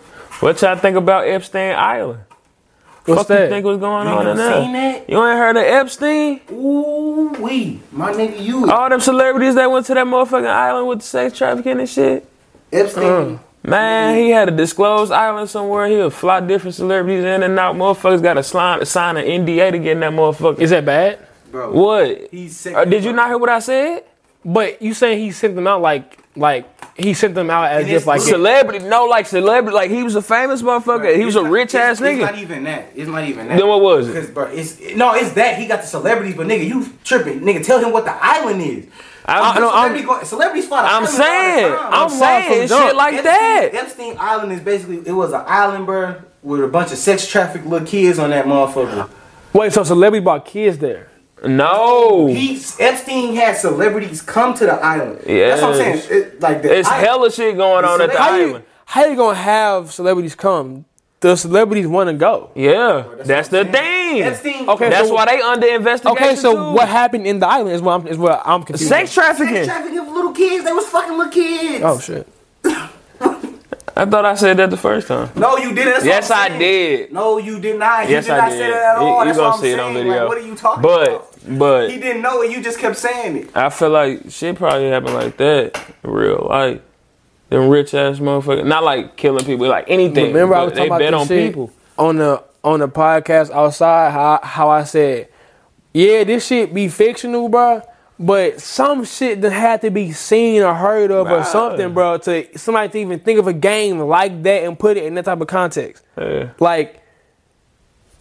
[SPEAKER 2] What y'all think about Epstein Island?
[SPEAKER 1] What's
[SPEAKER 2] fuck you
[SPEAKER 1] that?
[SPEAKER 2] think was going
[SPEAKER 3] You
[SPEAKER 2] on in
[SPEAKER 3] ain't
[SPEAKER 2] there?
[SPEAKER 3] never seen that?
[SPEAKER 2] You ain't heard of Epstein?
[SPEAKER 3] Ooh wee, my nigga, you
[SPEAKER 2] All them celebrities that went to that motherfucking island with the sex trafficking and shit.
[SPEAKER 3] Epstein.
[SPEAKER 2] Man, he had a disclosed island somewhere. He'll fly different celebrities in and out. Motherfuckers got to sign, sign an NDA to get in that motherfucker.
[SPEAKER 1] Is that bad?
[SPEAKER 3] Bro,
[SPEAKER 2] what?
[SPEAKER 3] He's sick.
[SPEAKER 2] Uh, did you not hear what I said?
[SPEAKER 1] But you saying he sent them out like, like he sent them out as
[SPEAKER 3] And
[SPEAKER 1] if
[SPEAKER 3] it's
[SPEAKER 1] like,
[SPEAKER 3] look-
[SPEAKER 2] Celebrity? No, like celebrity. Like he was a famous motherfucker. he was
[SPEAKER 3] It's
[SPEAKER 2] a
[SPEAKER 3] not-
[SPEAKER 2] rich ass
[SPEAKER 3] it's-
[SPEAKER 2] nigga.
[SPEAKER 3] It's not even that. It's not even that.
[SPEAKER 2] Then what was it?
[SPEAKER 3] Because bro, it's no, it's that he got the celebrities, but nigga, you tripping, nigga. Tell him what the island is.
[SPEAKER 2] I- I know, I'm-
[SPEAKER 3] Celebrity go- celebrities fly to
[SPEAKER 2] I'm
[SPEAKER 3] islands all the
[SPEAKER 2] saying,
[SPEAKER 3] time.
[SPEAKER 2] I'm saying
[SPEAKER 1] from
[SPEAKER 2] shit
[SPEAKER 1] jump.
[SPEAKER 2] like
[SPEAKER 3] Epstein-
[SPEAKER 2] that.
[SPEAKER 3] Epstein Island is basically it was an island, bro, with a bunch of sex trafficked little kids on that motherfucker.
[SPEAKER 1] wait, so celebrity bought kids there?
[SPEAKER 2] No,
[SPEAKER 3] He Epstein had celebrities come to the island. that's what I'm saying.
[SPEAKER 2] Yes.
[SPEAKER 3] It, like the
[SPEAKER 2] it's
[SPEAKER 3] island-
[SPEAKER 2] hella shit going on at the
[SPEAKER 1] How
[SPEAKER 2] island.
[SPEAKER 1] you, how you gonna have celebrities come? The celebrities want to go.
[SPEAKER 2] Yeah, that's,
[SPEAKER 3] what
[SPEAKER 2] the
[SPEAKER 3] I'm saying.
[SPEAKER 2] thing.
[SPEAKER 3] Epstein.
[SPEAKER 1] Okay,
[SPEAKER 2] That's
[SPEAKER 1] so-
[SPEAKER 2] why they under investigation.
[SPEAKER 1] Okay, so
[SPEAKER 2] too.
[SPEAKER 1] what happened in the island is what I'm, is what I'm confused.
[SPEAKER 2] Sex
[SPEAKER 3] Sex
[SPEAKER 2] trafficking.
[SPEAKER 3] trafficking of little kids. They was fucking little kids.
[SPEAKER 1] Oh shit.
[SPEAKER 2] I thought I said that the first time.
[SPEAKER 3] No, you didn't. That's what
[SPEAKER 2] Yes,
[SPEAKER 3] I'm
[SPEAKER 2] I
[SPEAKER 3] saying.
[SPEAKER 2] did.
[SPEAKER 3] No, you did not. You
[SPEAKER 2] yes,
[SPEAKER 3] did
[SPEAKER 2] I
[SPEAKER 3] not
[SPEAKER 2] did.
[SPEAKER 3] say that at all.
[SPEAKER 2] You- You,
[SPEAKER 3] That's
[SPEAKER 2] gonna
[SPEAKER 3] what I'm
[SPEAKER 2] see it on
[SPEAKER 3] saying.
[SPEAKER 2] video?
[SPEAKER 3] Like, what are you talking about?
[SPEAKER 2] but, But
[SPEAKER 3] He didn't know it. You just kept saying it.
[SPEAKER 2] I feel like shit probably happened like that in real life. Them rich ass motherfuckers, not like killing people, like anything.
[SPEAKER 1] Remember, I
[SPEAKER 2] but
[SPEAKER 1] was talking
[SPEAKER 2] they
[SPEAKER 1] about
[SPEAKER 2] bet
[SPEAKER 1] this
[SPEAKER 2] on
[SPEAKER 1] shit
[SPEAKER 2] people.
[SPEAKER 1] on the on the podcast outside. How how I said, yeah, this shit be fictional, bruh, But some shit that had to be seen or heard of or
[SPEAKER 2] Bruh.
[SPEAKER 1] something, bro, to somebody to even think of a game like that and put it in that type of context.
[SPEAKER 2] Yeah.
[SPEAKER 1] Like,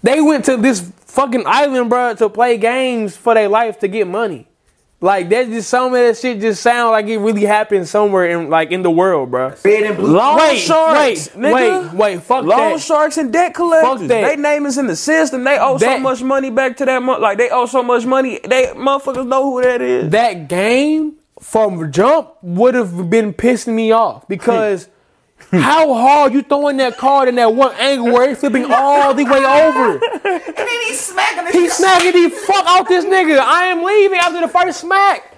[SPEAKER 1] they went to this fucking island, bro, to play games for their life to get money. Like that, just some of that shit just sound like it really happened somewhere in like in the world, bro.
[SPEAKER 3] Red and blue.
[SPEAKER 2] Long
[SPEAKER 1] Wait,
[SPEAKER 2] sharks,
[SPEAKER 1] wait,
[SPEAKER 2] nigga.
[SPEAKER 1] wait, wait, fuck
[SPEAKER 2] Loan
[SPEAKER 1] that.
[SPEAKER 2] sharks and debt collectors.
[SPEAKER 1] Fuck that.
[SPEAKER 2] They name is in the system. They owe so
[SPEAKER 1] That-
[SPEAKER 2] much money back to that. Mo- like they owe so much money. They motherfuckers know who that is.
[SPEAKER 1] that game from jump would have been pissing me off because how hard you throwing that card in that one angle where it's flipping all the way over.
[SPEAKER 3] And then he's smacking the
[SPEAKER 1] He smacking the fuck out this nigga. I am leaving after the first smack.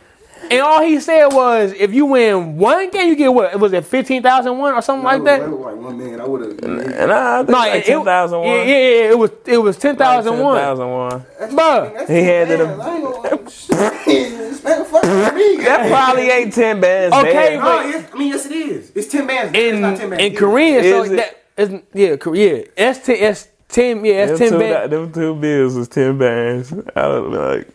[SPEAKER 1] And all he said was, if you win one game, you get what? Was it 15,001 or something like that?
[SPEAKER 3] Like one man, I would have.
[SPEAKER 2] and I, I think
[SPEAKER 1] No,
[SPEAKER 2] like
[SPEAKER 1] it- it-
[SPEAKER 2] ten thousand
[SPEAKER 1] Yeah,
[SPEAKER 2] one.
[SPEAKER 1] yeah, yeah, it was it was 10,001.
[SPEAKER 2] one.
[SPEAKER 1] Bruh,
[SPEAKER 2] He handed him-
[SPEAKER 3] Smack fuck with me.
[SPEAKER 2] That probably ain't ten bands.
[SPEAKER 1] Okay,
[SPEAKER 2] there.
[SPEAKER 1] but-
[SPEAKER 3] No, it's, I mean, yes, it is. It's ten bands. it's
[SPEAKER 1] in
[SPEAKER 3] not ten bands.
[SPEAKER 1] in Korean, so
[SPEAKER 2] Is it-
[SPEAKER 1] that it's, yeah, Korea. That's ten, that's ten, yeah, that's
[SPEAKER 2] Them
[SPEAKER 1] ten.
[SPEAKER 2] two,
[SPEAKER 1] bad-
[SPEAKER 2] that- them two bills was ten bands. I don't know, like.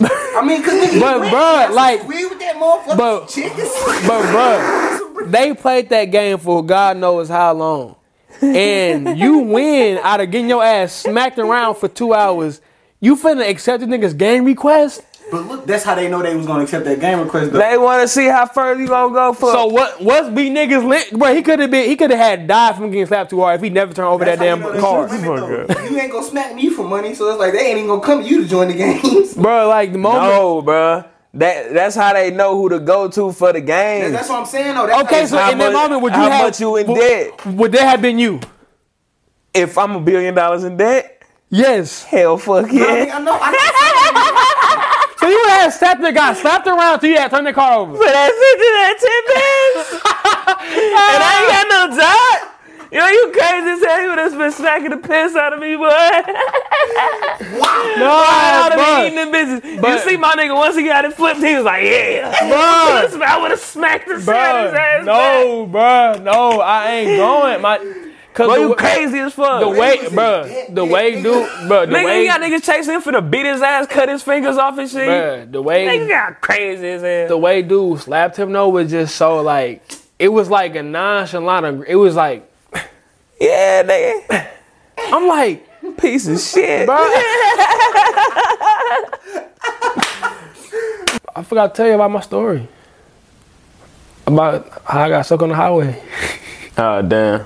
[SPEAKER 3] I mean, cause nigga, he
[SPEAKER 1] But,
[SPEAKER 3] went,
[SPEAKER 1] bruh,
[SPEAKER 3] he
[SPEAKER 1] like-
[SPEAKER 3] squeezed with that motherfucking
[SPEAKER 1] but-
[SPEAKER 3] chicken.
[SPEAKER 1] But bruh, they played that game for God knows how long, and you win out of getting your ass smacked around for two hours. You finna accept the niggas game request?
[SPEAKER 3] But look, that's how they know they was gonna accept that game request. Though.
[SPEAKER 2] They want to see how far you gonna go for.
[SPEAKER 1] So what? What's we niggas lit? Bro, he could have been. He could have had died from getting slapped too hard if he never turned over
[SPEAKER 3] That's
[SPEAKER 1] that damn
[SPEAKER 3] how you know they
[SPEAKER 1] card.
[SPEAKER 3] shoot women,
[SPEAKER 2] Fuck
[SPEAKER 3] though. You ain't gonna smack me for money, so it's like they ain't even gonna come to you to join the games.
[SPEAKER 1] Bro, like the moment.
[SPEAKER 2] no, bruh. That that's how they know who to go to for the game.
[SPEAKER 3] That's what I'm saying though. That's
[SPEAKER 1] Okay,
[SPEAKER 3] how-
[SPEAKER 1] so
[SPEAKER 2] How
[SPEAKER 1] in that
[SPEAKER 2] much-
[SPEAKER 1] moment, would you
[SPEAKER 2] how
[SPEAKER 1] have
[SPEAKER 2] much you in
[SPEAKER 1] would-
[SPEAKER 2] debt?
[SPEAKER 1] Would that have been you?
[SPEAKER 2] if I'm a billion dollars in debt,
[SPEAKER 1] Yes.
[SPEAKER 2] hell fuck yeah.
[SPEAKER 3] I, mean, I know. I can see it.
[SPEAKER 1] So you would have slapped the guy, slapped around till you had turned the car over.
[SPEAKER 2] for that 50 that 10 bands. and I ain't got no job. Yo, you crazy as hell. You would have been smacking the piss out of me, boy.
[SPEAKER 1] No,
[SPEAKER 2] I would have been
[SPEAKER 1] but-
[SPEAKER 2] eating the bitches.
[SPEAKER 1] but-
[SPEAKER 2] you see my nigga, once he got it flipped, he was like, yeah.
[SPEAKER 1] Bruh.
[SPEAKER 2] I would have smacked the shit out of his
[SPEAKER 1] Bruh,
[SPEAKER 2] ass.
[SPEAKER 1] no, bruh, no, I ain't going. My, cause
[SPEAKER 2] Bro,
[SPEAKER 1] the
[SPEAKER 2] you
[SPEAKER 1] wa-
[SPEAKER 2] crazy as fuck.
[SPEAKER 1] The way,
[SPEAKER 3] was his
[SPEAKER 1] bruh,
[SPEAKER 3] dick,
[SPEAKER 1] the
[SPEAKER 3] dick,
[SPEAKER 1] way,
[SPEAKER 3] nigga.
[SPEAKER 1] dude, bruh, the
[SPEAKER 2] Nigga,
[SPEAKER 1] way,
[SPEAKER 2] you got niggas chasing him for to beat his ass, cut his fingers off and shit.
[SPEAKER 1] bruh, the
[SPEAKER 2] Nigga
[SPEAKER 1] way,
[SPEAKER 2] got crazy as hell.
[SPEAKER 1] the way, dude slapped him though was just so like, it was like a nonchalant. ag- It was like,
[SPEAKER 2] yeah, nigga.
[SPEAKER 1] I'm like,
[SPEAKER 2] Piece of shit.
[SPEAKER 1] bruh. I forgot to tell you about my story. About how I got stuck on the highway.
[SPEAKER 4] Oh damn.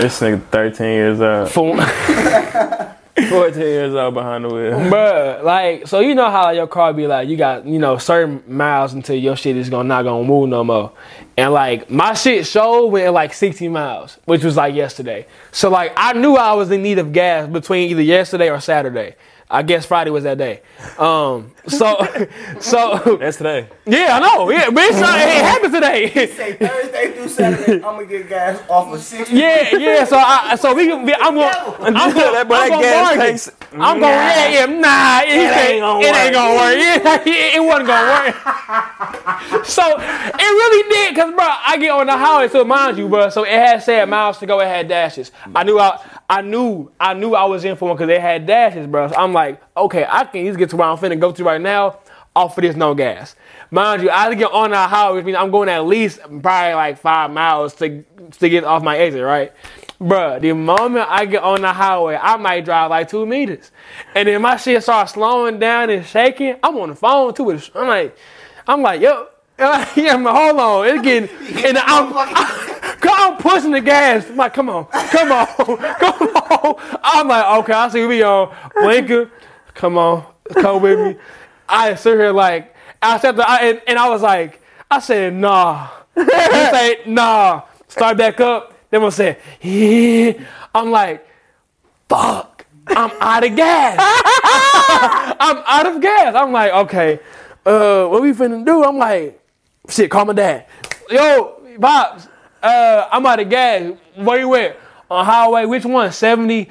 [SPEAKER 4] This nigga 13 years old.
[SPEAKER 1] For,
[SPEAKER 4] 14 years old behind the wheel.
[SPEAKER 1] Bruh, like, so you know how your car be like, you got, you know, certain miles until your shit is gonna not gonna move no more. And like, my shit showed went like 60 miles, which was like yesterday. So like, I knew I was in need of gas between either yesterday or Saturday. I guess Friday was that day. Um, so, so,
[SPEAKER 4] That's today.
[SPEAKER 1] yeah, I know, yeah, but it's not, it happened today.
[SPEAKER 3] Say Thursday through Saturday, I'm gonna get guys off of six.
[SPEAKER 1] Yeah, yeah. So I, so we, we I'm going, I'm going, I'm
[SPEAKER 2] That boy
[SPEAKER 1] going
[SPEAKER 2] gas
[SPEAKER 1] to market.
[SPEAKER 2] tanks-
[SPEAKER 1] I'm going, yeah, yeah, nah, it,
[SPEAKER 2] ain't
[SPEAKER 1] ain't
[SPEAKER 2] gonna
[SPEAKER 1] gonna it ain't
[SPEAKER 2] work.
[SPEAKER 1] gonna work. It, it, it wasn't gonna work. so it really did, cause bro, I get on the highway. So mind you, bro, so it had said miles to go. It had dashes. I knew I, I knew, I knew I was in for one, cause it had dashes, bro. So I'm like, okay, I can just get to where I'm finna go to right now. Off of this no gas. Mind you, I get on the highway, which means I'm going at least probably like five miles to to get off my exit, right? Bruh, the moment I get on the highway, I might drive like two meters. And then my shit starts slowing down and shaking. I'm on the phone too. with- I'm like, I'm like, yo. And I'm like, yeah, I'm like, hold on. It's getting, and I'm, I, am pushing the gas. I'm like, come on, come on, come on. I'm like, okay, I see we on blinker. Come on, come with me. I sit here like, I said, the, I, and, and I was like, I said, nah. He say, nah, start back up. Then we'll say, yeah. I'm like, fuck, I'm out of gas. I'm out of gas. I'm like, okay, uh, what we finna do? I'm like, shit, call my dad. Yo, Pops, uh, I'm out of gas. Where you at? On highway, which one? 70?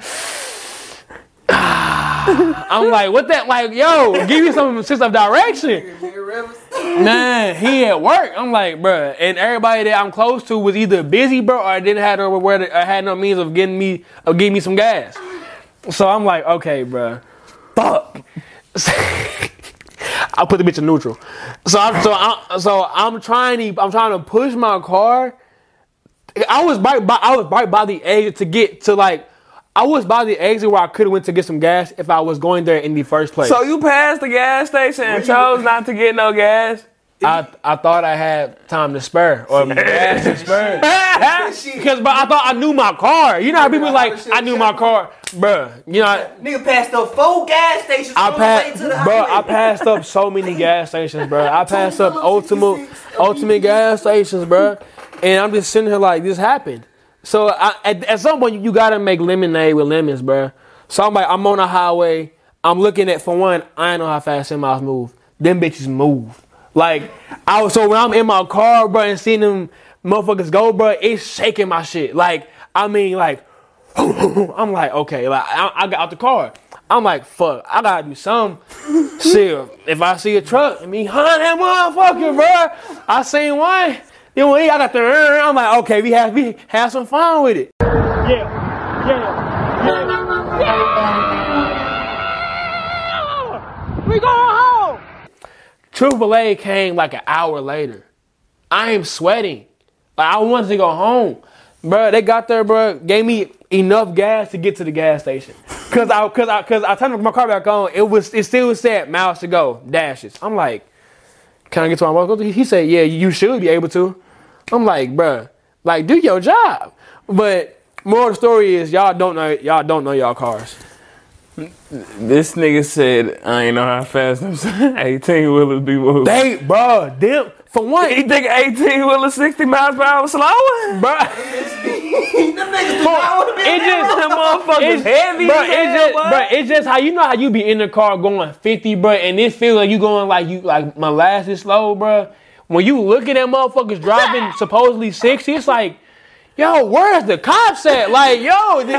[SPEAKER 1] I'm like, what that like, yo, give me some sense of direction. Man, he at work. I'm like, bruh. And everybody that I'm close to was either busy, bro, or didn't have no where to, or had no means of getting me of getting me some gas. So I'm like, okay, bruh. Fuck. I put the bitch in neutral. So I'm so I'm so I'm trying to I'm trying to push my car. I was right by I was right by the exit to get to like I was by the exit where I could have went to get some gas if I was going there in the first place.
[SPEAKER 2] So you passed the gas station and chose not to get no gas?
[SPEAKER 1] I I thought I had time to spare or gas to spare.
[SPEAKER 3] Shit.
[SPEAKER 1] Because but I thought I knew my car. You know how people like I knew my car, bruh. You know I,
[SPEAKER 3] Nigga passed the four gas stations
[SPEAKER 1] I
[SPEAKER 3] on the way
[SPEAKER 1] passed,
[SPEAKER 3] to the
[SPEAKER 1] bro. I
[SPEAKER 3] highway.
[SPEAKER 1] passed up so many gas stations, bro. I passed up ultimate,
[SPEAKER 3] 66,
[SPEAKER 1] ultimate gas stations, bro. And I'm just sitting here like this happened. So I, at, at some point you gotta make lemonade with lemons, bro. So I'm like, I'm on a highway. I'm looking at for one. I ain't know how fast them miles move. Them bitches move. Like I was. So when I'm in my car, bro, and seeing them motherfuckers go, bro, it's shaking my shit. Like I mean, like. I'm like, okay, like I, I got out the car. I'm like, fuck, I gotta do something. Shit, if I see a truck, I mean, hunt that motherfucker, bro. I seen one. Then when he got out there, I'm like, okay, we have we have some fun with it. Yeah, yeah. We going home. Triple A came like an hour later. I am sweating. Like I wanted to go home, bro. They got there, bro. Gave me enough gas to get to the gas station. Cause I, cause I, cause I turned my car back on. It was, it still said miles to go, dashes. I'm like, can I get to my work? He said, yeah, you should be able to. I'm like, bruh, like do your job. But moral of the story is y'all don't know, y'all don't know y'all cars.
[SPEAKER 2] This nigga said, I ain't know how fast them 18 wheelers be moving.
[SPEAKER 1] They, bro, them for
[SPEAKER 2] You
[SPEAKER 1] one,
[SPEAKER 2] think 18 wheelers 60 miles per hour slower?
[SPEAKER 1] bro.
[SPEAKER 3] Them niggas do not want to be
[SPEAKER 1] It just
[SPEAKER 2] Them motherfuckers
[SPEAKER 1] It's,
[SPEAKER 2] heavy
[SPEAKER 1] bro,
[SPEAKER 2] as
[SPEAKER 1] it's
[SPEAKER 2] hell,
[SPEAKER 1] just,
[SPEAKER 2] boy.
[SPEAKER 1] bro, it's just how you know how you be in the car going 50, bro, and it feel like you going like you like molasses slow, bro. When you looking at motherfuckers driving supposedly 60, it's like, yo, where's the cops at? Like, yo, th- these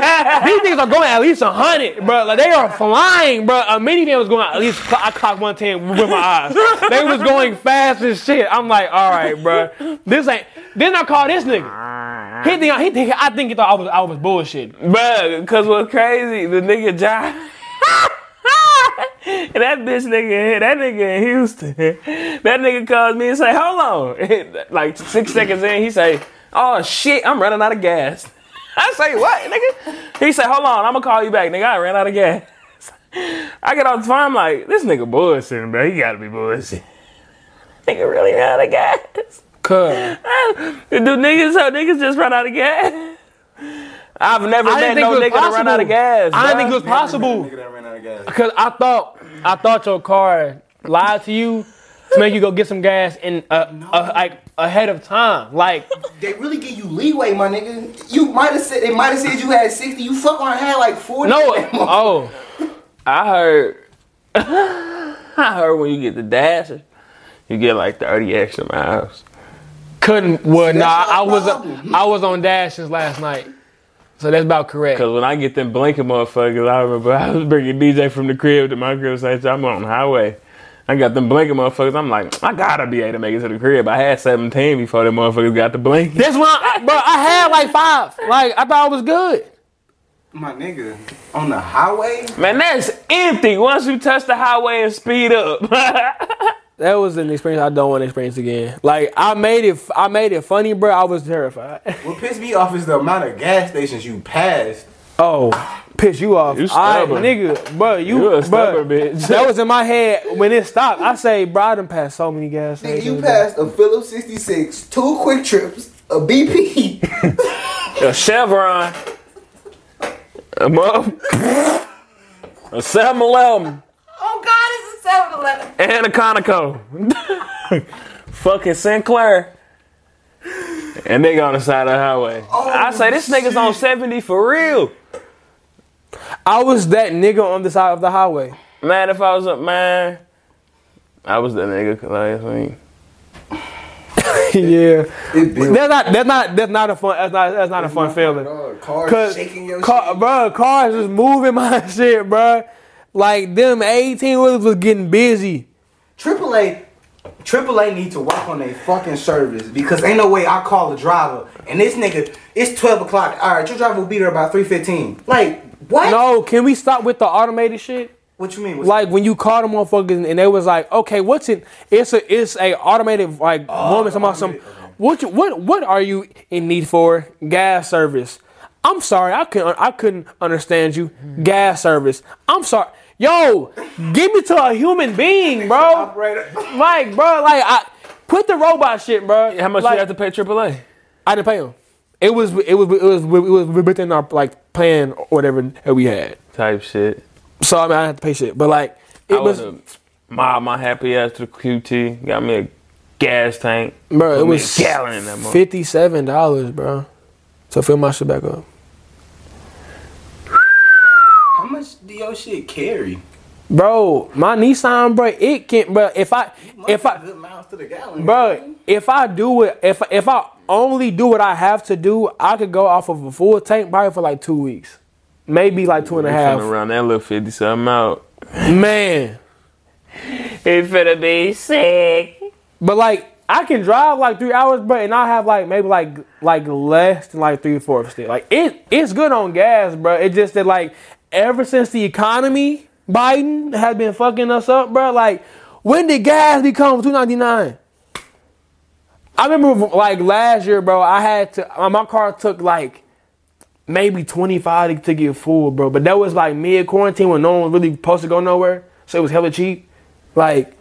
[SPEAKER 1] niggas are going at least 100, bro. Like they are flying, bro. Uh, A minivan was going at least cl- I clocked 110 with my eyes. They was going fast as shit. I'm like, all right, bro, this ain't. Then I call this nigga. He think, he think, I think he thought I was I was bullshitting.
[SPEAKER 2] Bruh, cause what's crazy, the nigga John. and that bitch nigga, that nigga in Houston. That nigga calls me and say, hold on. like six seconds in, he say, oh shit, I'm running out of gas. I say, what, nigga? He say, hold on, I'm gonna call you back, nigga. I ran out of gas. I get off the phone, I'm like, this nigga bullshitting, bro. He gotta be bullshit. nigga really ran out of gas.
[SPEAKER 1] Cuz.
[SPEAKER 2] Do niggas, so niggas just run out of gas? I've never
[SPEAKER 1] I
[SPEAKER 2] met
[SPEAKER 1] didn't think
[SPEAKER 2] no
[SPEAKER 1] it was
[SPEAKER 2] nigga to run
[SPEAKER 1] possible.
[SPEAKER 2] out of gas.
[SPEAKER 1] I
[SPEAKER 2] bruh.
[SPEAKER 1] didn't think it was possible.
[SPEAKER 3] Nigga that ran out of gas.
[SPEAKER 1] Cause I thought I thought your car lied to you to make you go get some gas and uh, uh, like ahead of time. Like
[SPEAKER 3] They really give you leeway, my nigga. You might have said they might have said you had sixty. You fuck on had like forty.
[SPEAKER 1] no oh
[SPEAKER 2] I heard. I heard when you get the dasher, you get like thirty extra miles.
[SPEAKER 1] couldn't well
[SPEAKER 3] That's
[SPEAKER 1] nah I
[SPEAKER 3] our
[SPEAKER 1] was
[SPEAKER 3] problem.
[SPEAKER 1] I was on dashes last night. So that's about correct.
[SPEAKER 2] Cause when I get them blinking motherfuckers, I remember I was bringing DJ from the crib to my crib. Say I'm on the highway. I got them blinking motherfuckers. I'm like, I gotta be able to make it to the crib. I had 17 before them motherfuckers got the blinking.
[SPEAKER 1] That's when I, bro I had like five. Like I thought I was good.
[SPEAKER 3] my nigga on the highway.
[SPEAKER 2] Man, that's empty. Once you touch the highway and speed up.
[SPEAKER 1] That was an experience I don't want to experience again. Like I made it I made it funny, bro. I was terrified.
[SPEAKER 3] What pissed me off is the amount of gas stations you passed.
[SPEAKER 1] Oh, piss you off.
[SPEAKER 2] You
[SPEAKER 1] I,
[SPEAKER 2] stubborn.
[SPEAKER 1] nigga, bro, you,
[SPEAKER 2] You a
[SPEAKER 1] bruh,
[SPEAKER 2] stubborn bitch.
[SPEAKER 1] That was in my head when it stopped. I say, bro, I done passed so many gas stations.
[SPEAKER 3] You passed a Phillips 66, two quick trips, a BP.
[SPEAKER 2] a Chevron, a mother, a 7 Eleven,
[SPEAKER 5] Oh God, it's a 7-Eleven.
[SPEAKER 2] and a Conoco. Fucking Sinclair. And they on the side of the highway. I say,
[SPEAKER 5] Oh,
[SPEAKER 2] this nigga's on 70 for real.
[SPEAKER 1] I was that nigga on the side of the highway.
[SPEAKER 2] Man, if I was up, man, I was the nigga last week.
[SPEAKER 1] yeah,
[SPEAKER 3] It built
[SPEAKER 1] that's not that's not that's not a fun that's not that's not a fun feeling.
[SPEAKER 3] dog. Cars
[SPEAKER 1] Cause
[SPEAKER 3] shaking your
[SPEAKER 1] car,
[SPEAKER 3] shit.
[SPEAKER 1] bro, cars was moving my shit, bro. Like them eighteen wheelers was getting busy.
[SPEAKER 3] Triple A, Triple A need to work on their fucking service because ain't no way I call a driver and this nigga, it's twelve o'clock. All right, your driver will be there about three fifteen. Like what?
[SPEAKER 1] No, can we stop with the automated shit?
[SPEAKER 3] What you mean? What's-
[SPEAKER 1] like when you call them motherfuckers and they was like, okay, what's it? It's a it's a automated like woman talking about some.
[SPEAKER 3] Oh, automated, okay.
[SPEAKER 1] What you, what what are you in need for? Gas service. I'm sorry, I couldn't I couldn't understand you.
[SPEAKER 3] Mm-hmm.
[SPEAKER 1] Gas service. I'm sorry, yo, give me to a human being, bro.
[SPEAKER 3] Operator.
[SPEAKER 1] Like, bro, like I put the robot shit, bro.
[SPEAKER 2] How much
[SPEAKER 1] like,
[SPEAKER 2] you have to pay AAA?
[SPEAKER 1] I didn't pay him. It was it was it was it was within our like plan or whatever that we had.
[SPEAKER 2] Type shit.
[SPEAKER 1] So I mean, I had to pay shit, but like it
[SPEAKER 2] I
[SPEAKER 1] was.
[SPEAKER 2] was my my happy ass to the QT. Got me a gas tank.
[SPEAKER 1] Bro,
[SPEAKER 2] Put
[SPEAKER 1] it
[SPEAKER 2] me
[SPEAKER 1] was
[SPEAKER 2] a gallon in that motherfucker.
[SPEAKER 1] fifty-seven dollars, bro. So fill my shit back up.
[SPEAKER 3] How much do your shit carry?
[SPEAKER 1] Bro, my Nissan, bro, it can't, bro. If I, if I,
[SPEAKER 3] good miles to the gallon,
[SPEAKER 1] bro, if I do it, if if I only do what I have to do, I could go off of a full tank probably for like two weeks, maybe like two and a
[SPEAKER 2] Finna
[SPEAKER 1] half.
[SPEAKER 2] run that little 50 something out.
[SPEAKER 1] Man,
[SPEAKER 2] It finna be sick.
[SPEAKER 1] but like I can drive like three hours, bro, and I have like maybe like like less than like three fourths still. Like it, it's good on gas, bro. It just that like ever since the economy Biden has been fucking us up, bro. Like when did gas become two ninety nine? I remember like last year, bro. I had to uh, my- my car took like maybe twenty five to, to get full, bro. But that was like mid quarantine when no one was really supposed to go nowhere, so it was hella cheap. Like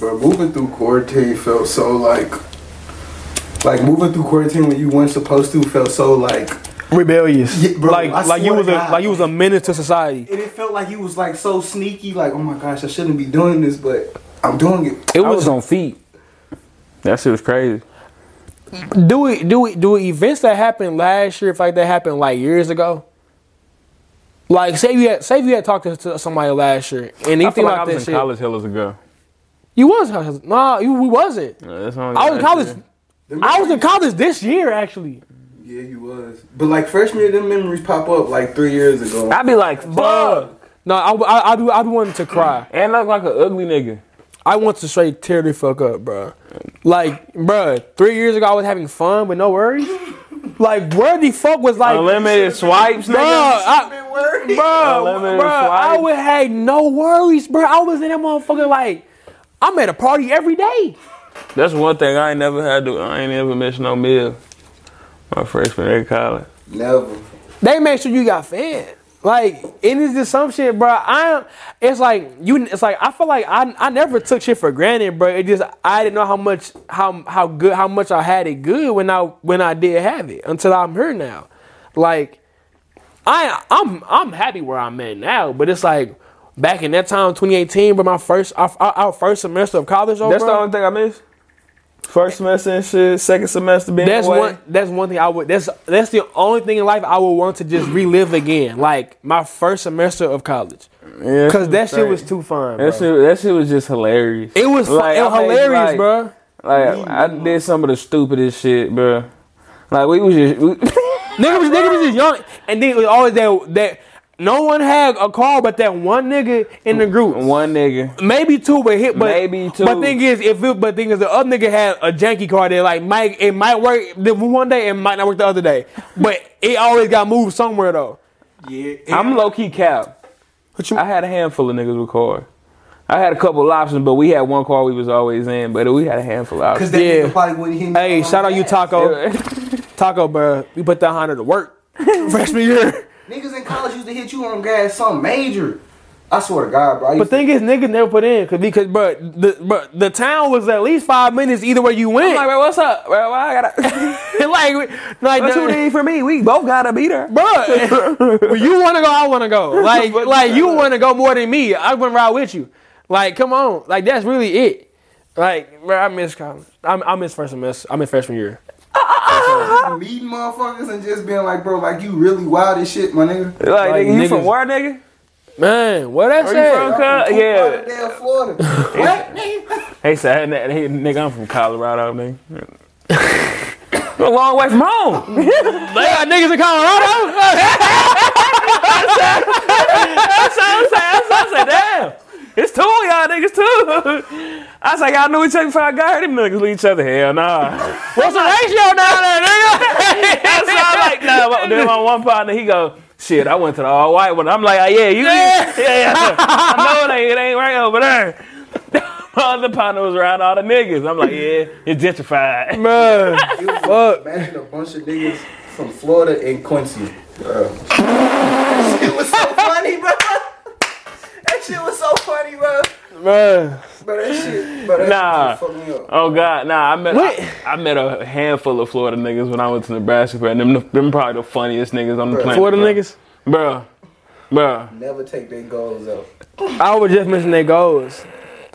[SPEAKER 3] But moving through quarantine felt so like, like moving through quarantine when you weren't supposed to felt so like
[SPEAKER 1] rebellious.
[SPEAKER 3] Yeah, bro,
[SPEAKER 1] like
[SPEAKER 3] I
[SPEAKER 1] like you
[SPEAKER 3] swear
[SPEAKER 1] was a
[SPEAKER 3] to God.
[SPEAKER 1] like you was a menace to society.
[SPEAKER 3] And it felt like he was like so sneaky, like, oh my gosh, I shouldn't be doing this, but I'm doing it.
[SPEAKER 2] It was, on feet. That shit was crazy.
[SPEAKER 1] Do we do we do events that happened last year, if like that happened like years ago? Like say you had say you had talked to somebody last year and
[SPEAKER 4] I
[SPEAKER 1] you
[SPEAKER 4] feel
[SPEAKER 1] think
[SPEAKER 4] like I
[SPEAKER 1] about
[SPEAKER 4] was
[SPEAKER 1] that
[SPEAKER 4] in
[SPEAKER 1] shit.
[SPEAKER 4] college hell as a girl.
[SPEAKER 1] You was no, you we wasn't.
[SPEAKER 4] That's
[SPEAKER 1] I was Oh, in college. I was in college this year actually.
[SPEAKER 3] Yeah, he was. But like freshman year, them memories pop up like three years ago.
[SPEAKER 4] I'd be like, fuck.
[SPEAKER 1] No, I I I, do- I wanted to cry.
[SPEAKER 4] And look like an ugly nigga.
[SPEAKER 1] I want to straight tear the fuck up, bruh. Like, bruh, three years ago I was having fun with no worries. Like, where the fuck was like, bruh,
[SPEAKER 4] Unlimited swipes, nigga.
[SPEAKER 1] I, bruh,
[SPEAKER 4] Unlimited
[SPEAKER 1] bruh, I
[SPEAKER 4] swipes.
[SPEAKER 1] would had no worries, bruh. I was in that motherfucker like, I'm at a party every day.
[SPEAKER 4] That's one thing I ain't never had to. I ain't ever missed no meal. My freshman year of college.
[SPEAKER 1] Oh,
[SPEAKER 3] Never.
[SPEAKER 1] They make sure you got fed. Like, and it's just some shit, bruh. I, it's like you, it's like I feel like I, I never took shit for granted, bruh. It just I didn't know how much, how how good, how much I had it good when I when I did have it until I'm here now. Like, I I'm I'm happy where I'm at now, but it's like back in that time, 2018, but my first our, our our first semester of college, over.
[SPEAKER 2] That's the only thing I missed. First semester and shit, second semester being
[SPEAKER 1] That's
[SPEAKER 2] away.
[SPEAKER 1] one. That's one thing I would. That's that's the only thing in life I would want to just relive again. Like my first semester of college,
[SPEAKER 2] Yeah,
[SPEAKER 1] because that shit was
[SPEAKER 2] crazy.
[SPEAKER 1] too fun.
[SPEAKER 2] That
[SPEAKER 1] bro.
[SPEAKER 2] shit, that shit was just hilarious.
[SPEAKER 1] It was fu-
[SPEAKER 2] Like,
[SPEAKER 1] it was
[SPEAKER 2] I think,
[SPEAKER 1] hilarious,
[SPEAKER 2] like-
[SPEAKER 1] bro.
[SPEAKER 2] Like I did some of the stupidest shit, bro. Like we was just we,
[SPEAKER 1] Nigga was nigga was just young, and then it was always that that no one had a car but that one nigga in the group.
[SPEAKER 2] one nigga.
[SPEAKER 1] Maybe two, but hit. But
[SPEAKER 2] Maybe two.
[SPEAKER 1] But thing is, if it, but thing is, the other nigga had a janky car that like Mike. It might work the one day, it might not work the other day. But it always got moved somewhere though.
[SPEAKER 3] Yeah.
[SPEAKER 2] I'm low key cap.
[SPEAKER 1] What you-
[SPEAKER 2] I had a handful of niggas with cars. I had a couple of options, but we had one car we was always in. But we had a handful of
[SPEAKER 3] Because
[SPEAKER 2] options.
[SPEAKER 3] that
[SPEAKER 1] Yeah.
[SPEAKER 3] nigga probably wouldn't hit me.
[SPEAKER 1] Hey,
[SPEAKER 3] on
[SPEAKER 1] shout
[SPEAKER 3] my
[SPEAKER 1] out you,
[SPEAKER 3] ass.
[SPEAKER 1] Taco. Taco, bro. We put that Honda to work. Freshman year.
[SPEAKER 3] Niggas in college used to hit you on gas, some major. I swear to God, bro. I
[SPEAKER 1] But
[SPEAKER 3] used to-
[SPEAKER 1] thing is, niggas never put in cause, because, bro, the bro, the town was at least five minutes either way you went.
[SPEAKER 2] like, bro, what's up, bro? Why I gotta?
[SPEAKER 1] like, we- like,
[SPEAKER 2] what you
[SPEAKER 1] the-
[SPEAKER 2] need for me? We both gotta beat her.
[SPEAKER 1] bro. when you want to go, I want to go. Like,
[SPEAKER 2] But-
[SPEAKER 1] like you want to go more than me. I want to ride with you. Like, come on. Like, that's really it. Like, bro, I miss college. I, I miss first semester. I miss freshman year.
[SPEAKER 3] meeting motherfuckers and just being like, bro, like you really wild as shit, my nigga.
[SPEAKER 2] Like,
[SPEAKER 1] Like,
[SPEAKER 2] nigga, you
[SPEAKER 1] niggas-
[SPEAKER 2] from where, nigga?
[SPEAKER 1] Man, what I
[SPEAKER 4] from,
[SPEAKER 1] said?
[SPEAKER 4] Cut,
[SPEAKER 3] I'm from
[SPEAKER 4] yeah.
[SPEAKER 3] Lauderdale, Florida. what? nigga?
[SPEAKER 4] Hey, said hey, nigga, I'm from Colorado, nigga. a long way from home.
[SPEAKER 1] They got niggas in Colorado.
[SPEAKER 4] I said, I said, I said, damn. It's two of y'all niggas too. I was like, y'all knew each other before I got here. Them niggas knew each other. Hell nah.
[SPEAKER 1] What's the ratio down there, nigga?
[SPEAKER 4] That's why I'm like, nah. my- Then my one partner, he go, shit, I went to the all white one. I'm like, oh, yeah, you, yeah, yeah. I know it ain't, it ain't right over there. My other partner was around all the niggas. I'm like, yeah, it's gentrified.
[SPEAKER 1] Bro,
[SPEAKER 3] Imagine a bunch of niggas from Florida and Quincy. Bro. it was so funny, bro. That shit was so funny, bro.
[SPEAKER 1] bro.
[SPEAKER 3] Bro, that shit, bro, that
[SPEAKER 4] Nah.
[SPEAKER 3] shit fucked me up.
[SPEAKER 4] Oh God, nah! I met
[SPEAKER 1] What?
[SPEAKER 4] I, I met a handful of Florida niggas when I went to Nebraska, bro, and them, them probably the funniest niggas on the planet.
[SPEAKER 1] Florida
[SPEAKER 4] bro.
[SPEAKER 1] niggas.
[SPEAKER 4] bro, bro.
[SPEAKER 3] Never take their goals out.
[SPEAKER 1] I was just missing their goals.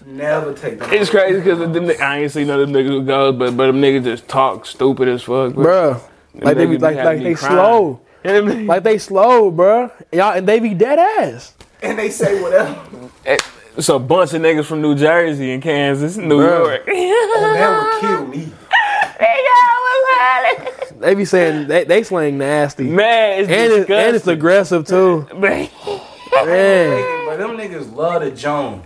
[SPEAKER 3] Never take their
[SPEAKER 4] It's crazy because I ain't seen none of them niggas who goes, but but them niggas just talk stupid as fuck, bro.
[SPEAKER 1] Bruh. Like they be like
[SPEAKER 4] having
[SPEAKER 1] like
[SPEAKER 4] me
[SPEAKER 1] they
[SPEAKER 4] crying.
[SPEAKER 1] slow.
[SPEAKER 4] You know what I mean?
[SPEAKER 1] Like they slow, bruh. Y'all and they be dead ass.
[SPEAKER 3] And they say whatever.
[SPEAKER 4] It's a bunch of niggas from New Jersey and Kansas, and New York.
[SPEAKER 3] Oh, that would kill me.
[SPEAKER 1] They be saying they, they slang nasty.
[SPEAKER 4] Man, it's
[SPEAKER 1] And it's,
[SPEAKER 4] disgusting.
[SPEAKER 1] and it's aggressive too.
[SPEAKER 4] Man.
[SPEAKER 1] Man.
[SPEAKER 3] But them niggas love the Joan.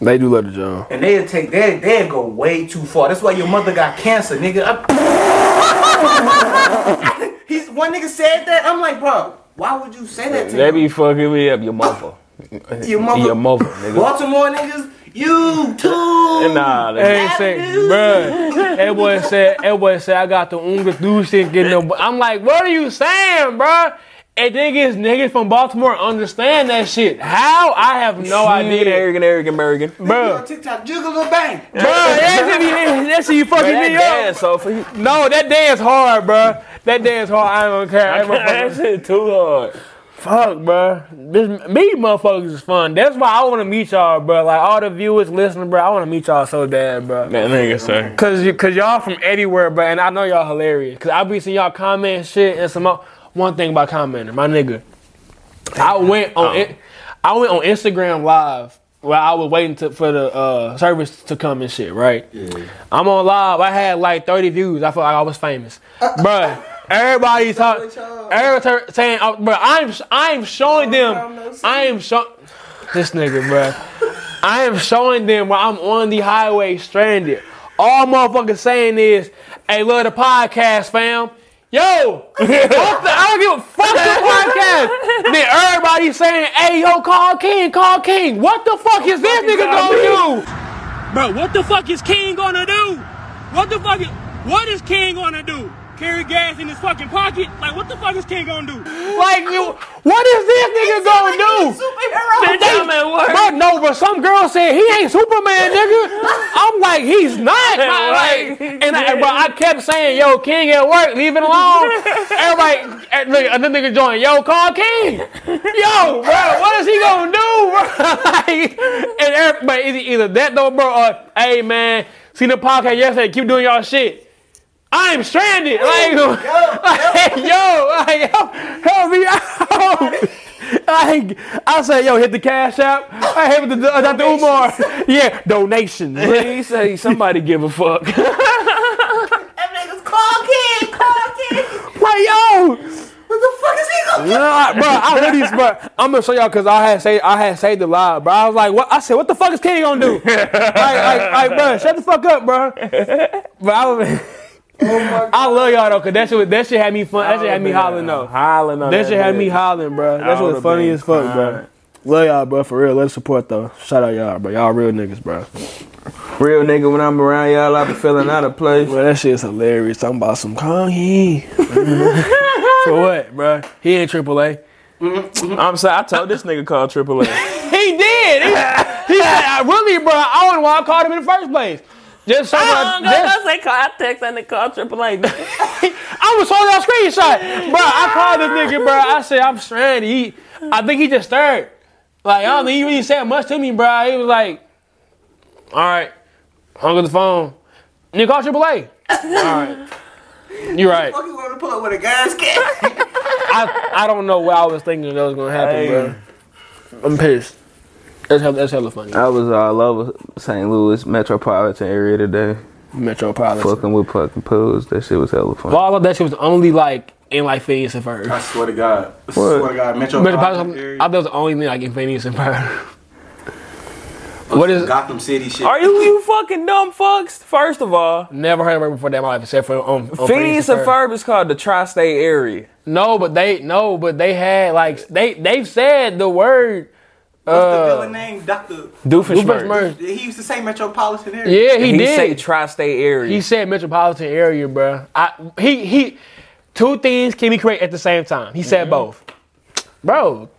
[SPEAKER 1] They do love the job.
[SPEAKER 3] And they'll take that, they'll go way too far. That's why your mother got cancer, nigga. I- He's one nigga said that. I'm like, bro, why would you say that to
[SPEAKER 4] They
[SPEAKER 3] your-
[SPEAKER 4] be fucking me up, your mother,
[SPEAKER 3] your mother?
[SPEAKER 4] your mother, nigga.
[SPEAKER 3] Baltimore niggas, you too.
[SPEAKER 4] Nah, nigga.
[SPEAKER 1] They say, bruh. That boy said, that boy said, I got the unga do shit getting no. I'm like, what are you saying, bruh? And niggas, niggas from Baltimore understand that shit. How? I have no idea.
[SPEAKER 4] American, American, American. Bro,
[SPEAKER 3] You on
[SPEAKER 1] Bruh.
[SPEAKER 3] TikTok, jiggle the bang.
[SPEAKER 1] Bruh, that's if you, that's if you fucking
[SPEAKER 4] that
[SPEAKER 1] New York.
[SPEAKER 4] dance, Sophie.
[SPEAKER 1] No, that dance hard, bruh. That dance hard. I don't care. I ain't
[SPEAKER 4] that
[SPEAKER 1] motherfucker-
[SPEAKER 4] shit too hard.
[SPEAKER 1] Fuck, bruh. This me motherfuckers is fun. That's why I want to meet y'all, bruh. Like all the viewers, listening, bruh. I want to meet y'all so bad, bruh.
[SPEAKER 4] That nigga, sir.
[SPEAKER 1] Cause, you, cause y'all from anywhere, bruh. And I know y'all hilarious. Cause I be seeing y'all comment and shit and some. o- One thing about commenting, my nigga. I went on. it. I went on Instagram Live while I was waiting to, for the uh, service to come and shit. Right. I'm on live. I had like 30 views. I felt like I was famous, bruh. Everybody talking. Everybody t- saying, oh, bruh. I'm sh- I'm showing them. I am showing this nigga, bruh. I am showing them while I'm on the highway stranded. All motherfuckers saying is, "Hey, love the podcast, fam." Yo, fuck the- I don't give a fuck the podcast. Then everybody saying, "Hey, yo, call King, call King." What the fuck is this nigga gonna do? Bro, what the fuck is King gonna do? What the fuck is what is King gonna do? Carry gas in his fucking pocket? Like what the fuck is King gonna do? Like you- what is this nigga gonna do?
[SPEAKER 6] Superhero.
[SPEAKER 1] They- Bro, no, but some girl said he ain't Superman, nigga. I'm like, he's not. bro, like, and I, bro, I kept saying, yo, King at work, leave it alone. Everybody, and nigga- another nigga joined, yo, call King. Yo, bro, what is he gonna do, bro? like, and every- but either, either that though, bro, or hey man, seen the podcast yesterday, keep doing y'all shit. I'm stranded. Like, like, yo, like, yo, help me out. Like, I say, yo, hit the cash app. I hit with the uh, Dr. Umar. Yeah, donations.
[SPEAKER 4] He say somebody give a fuck.
[SPEAKER 6] That nigga's call king. Call king.
[SPEAKER 1] Like, yo,
[SPEAKER 6] What the fuck is he gonna do?
[SPEAKER 1] nah, bro, I literally, bro, I'm gonna show y'all because I had saved, I had saved the live, bro. I was like, what? I said, what the fuck is Kenny gonna do? like, like, like, bro, shut the fuck up, bro. But I was. I love y'all though, cause that shit, was- that shit had me fun. That shit had me hollering though.
[SPEAKER 4] Hollering on
[SPEAKER 1] That shit had
[SPEAKER 4] bitch.
[SPEAKER 1] me hollering, bro. That shit was
[SPEAKER 4] would've
[SPEAKER 1] funny
[SPEAKER 4] been
[SPEAKER 1] as fuck, bro. Love y'all, bro, for real. Let's support though. Shout out y'all, bro. Y'all real niggas, bro.
[SPEAKER 2] Real nigga, when I'm around y'all, I be feeling out of place.
[SPEAKER 1] Bro, that shit's hilarious. Talking about some Kanye. for what, bro? He ain't AAA.
[SPEAKER 4] I'm sorry, I told this nigga called AAA.
[SPEAKER 1] Mm-hmm. He did. He, he said, I really, bro. I don't know why I called him in the first place. Just so I, just,
[SPEAKER 6] say call. I text and call triple A.
[SPEAKER 1] I was holding out screenshot, bro. I called this nigga, bro. I said I'm stranded. He, I think he just stirred. Like I don't think he really said much to me, bro. He was like, "All right, hung up the phone. Nigga, call AAA. All right, you're right.
[SPEAKER 3] Fuck you want to pull up with a gas can?
[SPEAKER 1] I, I don't know what I was thinking that was gonna happen, bro. I'm pissed. That's hella, that's hella funny.
[SPEAKER 2] I was all over St. Louis metropolitan area today,
[SPEAKER 1] Metropolitan.
[SPEAKER 2] fucking with fucking pools. That shit was hella fun.
[SPEAKER 1] All of that shit was only like in like Phineas and Ferb.
[SPEAKER 3] I swear to God. I swear to God. Metro.
[SPEAKER 1] Metropolitan. I thought it was the only thing like in Phineas and Ferb. What is?
[SPEAKER 3] Gotham City shit.
[SPEAKER 4] Are you you fucking dumb fucks? First of all,
[SPEAKER 1] Never heard of it before that in my life except for on, on
[SPEAKER 4] Phoenix and Ferb is called the tri-state area.
[SPEAKER 1] No, but they no, but they had like they they've said the word
[SPEAKER 3] What's
[SPEAKER 4] Uh,
[SPEAKER 3] the villain name? Doctor.
[SPEAKER 4] Doofenshmirtz.
[SPEAKER 1] Doofenshmirtz.
[SPEAKER 3] He used to say metropolitan area.
[SPEAKER 1] Yeah, he,
[SPEAKER 4] He
[SPEAKER 1] did.
[SPEAKER 4] say tri-state area.
[SPEAKER 1] He said metropolitan area, bruh. I he he two things can be correct at the same time. He said both. Bro,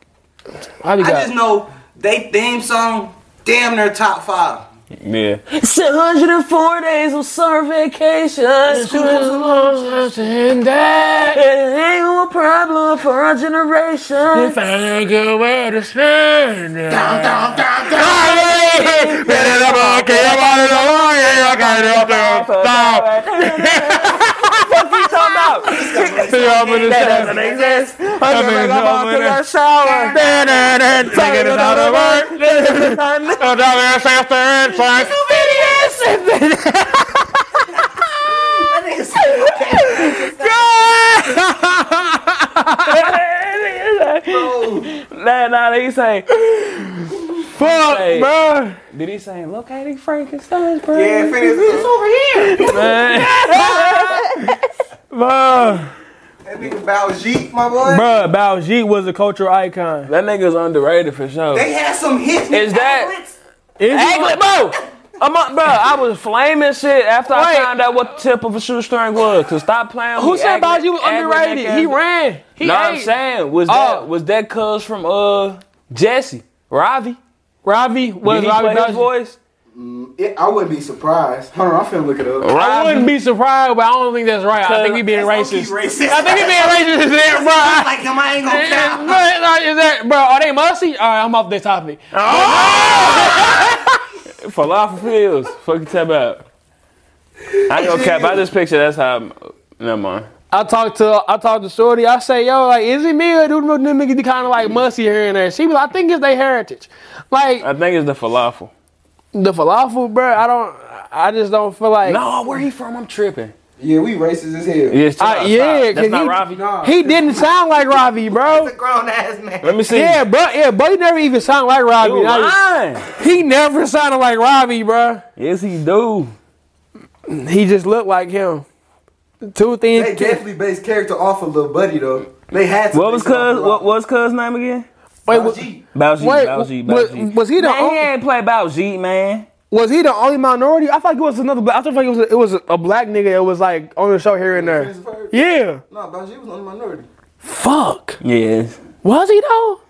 [SPEAKER 1] I
[SPEAKER 3] I just know they theme song damn near top five.
[SPEAKER 4] yeah.
[SPEAKER 6] It's 104 days of summer vacation.
[SPEAKER 1] got
[SPEAKER 6] ain't no problem for our generation.
[SPEAKER 1] Find a good way to spend it.
[SPEAKER 6] That nigga said, okay.
[SPEAKER 4] Nah, nah, he saying,
[SPEAKER 1] Fuck,
[SPEAKER 4] Hey.
[SPEAKER 1] bruh.
[SPEAKER 4] did he say, locating Frankenstein's brain?
[SPEAKER 3] Yeah, Phineas. It's over here.
[SPEAKER 1] Bruh.
[SPEAKER 3] That nigga Baljeet, my boy.
[SPEAKER 1] Bruh, Bao Ji was a cultural icon.
[SPEAKER 4] That nigga's underrated for sure.
[SPEAKER 3] They had some hits.
[SPEAKER 4] Is that
[SPEAKER 1] Is he-
[SPEAKER 4] Aglet Bo?
[SPEAKER 2] I'm up, bro. I was flaming shit after
[SPEAKER 1] Wait.
[SPEAKER 2] I found out what the tip of a shoestring was. Cause stop playing.
[SPEAKER 1] Who
[SPEAKER 2] with me,
[SPEAKER 1] said
[SPEAKER 2] acting-
[SPEAKER 1] Baju was
[SPEAKER 2] acting like
[SPEAKER 1] underrated?
[SPEAKER 2] that.
[SPEAKER 1] He ran. He
[SPEAKER 2] No,
[SPEAKER 1] ate.
[SPEAKER 2] I'm saying was
[SPEAKER 1] Oh.
[SPEAKER 2] that was that cuz from uh Jesse Ravi?
[SPEAKER 1] Ravi was
[SPEAKER 2] Did he
[SPEAKER 1] Ravi
[SPEAKER 2] play his
[SPEAKER 1] Baju.
[SPEAKER 2] voice?
[SPEAKER 3] It, I wouldn't be surprised. Hold on, I'm finna look it up.
[SPEAKER 1] I wouldn't be surprised, but I don't think that's right. I think he being
[SPEAKER 3] That's
[SPEAKER 1] racist.
[SPEAKER 3] low-key racist.
[SPEAKER 1] I think he being racist is that, bro.
[SPEAKER 3] Look like him, I ain't gonna
[SPEAKER 1] Is
[SPEAKER 3] count.
[SPEAKER 1] that- is that, bro, are they musty? All right, I'm off this topic.
[SPEAKER 2] Falafel Fields. Fucking tap out. I ain't gonna cap. I just picture that's how. I'm, never mind.
[SPEAKER 1] I talked to I talked to Shorty. I say, yo, like, is it me or do them niggas kind of like musty here and there? She was, I think it's their heritage. Like
[SPEAKER 2] I think it's the falafel.
[SPEAKER 1] the falafel, bro. I don't. I just don't feel like.
[SPEAKER 2] No, where he from? I'm tripping.
[SPEAKER 3] Yeah, we racist as hell.
[SPEAKER 2] Yes, chill
[SPEAKER 1] Uh,
[SPEAKER 2] out,
[SPEAKER 1] yeah,
[SPEAKER 2] stop.
[SPEAKER 1] cause
[SPEAKER 2] that's not
[SPEAKER 1] he-
[SPEAKER 2] Ravi.
[SPEAKER 3] Nah,
[SPEAKER 1] He didn't sound like Ravi, bro.
[SPEAKER 3] a grown ass man.
[SPEAKER 2] Let me see.
[SPEAKER 1] Yeah, bro. Yeah, buddy never even sounded like Ravi.
[SPEAKER 2] You
[SPEAKER 1] I just-
[SPEAKER 2] lying?
[SPEAKER 1] he never sounded like Ravi, bro.
[SPEAKER 2] Yes, he do.
[SPEAKER 1] He just looked like him. Two things.
[SPEAKER 3] They definitely based character off of Lil Buddy though. They had to.
[SPEAKER 2] What was
[SPEAKER 3] base it off
[SPEAKER 2] Cuz?
[SPEAKER 3] of
[SPEAKER 2] What was Cuz name again?
[SPEAKER 1] wait,
[SPEAKER 3] Lil
[SPEAKER 1] was,
[SPEAKER 3] G.
[SPEAKER 2] Bowsy,
[SPEAKER 1] wait,
[SPEAKER 2] Bowsy,
[SPEAKER 1] was,
[SPEAKER 2] Bowsy.
[SPEAKER 1] was he the
[SPEAKER 2] Man, he
[SPEAKER 1] only,
[SPEAKER 2] ain't play Bowsy, man.
[SPEAKER 1] was he the only minority? I thought it was another. black- I thought it was a, it was a black nigga. that was like on the show here and there. Yeah.
[SPEAKER 3] No, Bowser was on the minority.
[SPEAKER 1] Fuck.
[SPEAKER 2] Yes.
[SPEAKER 1] Was he though?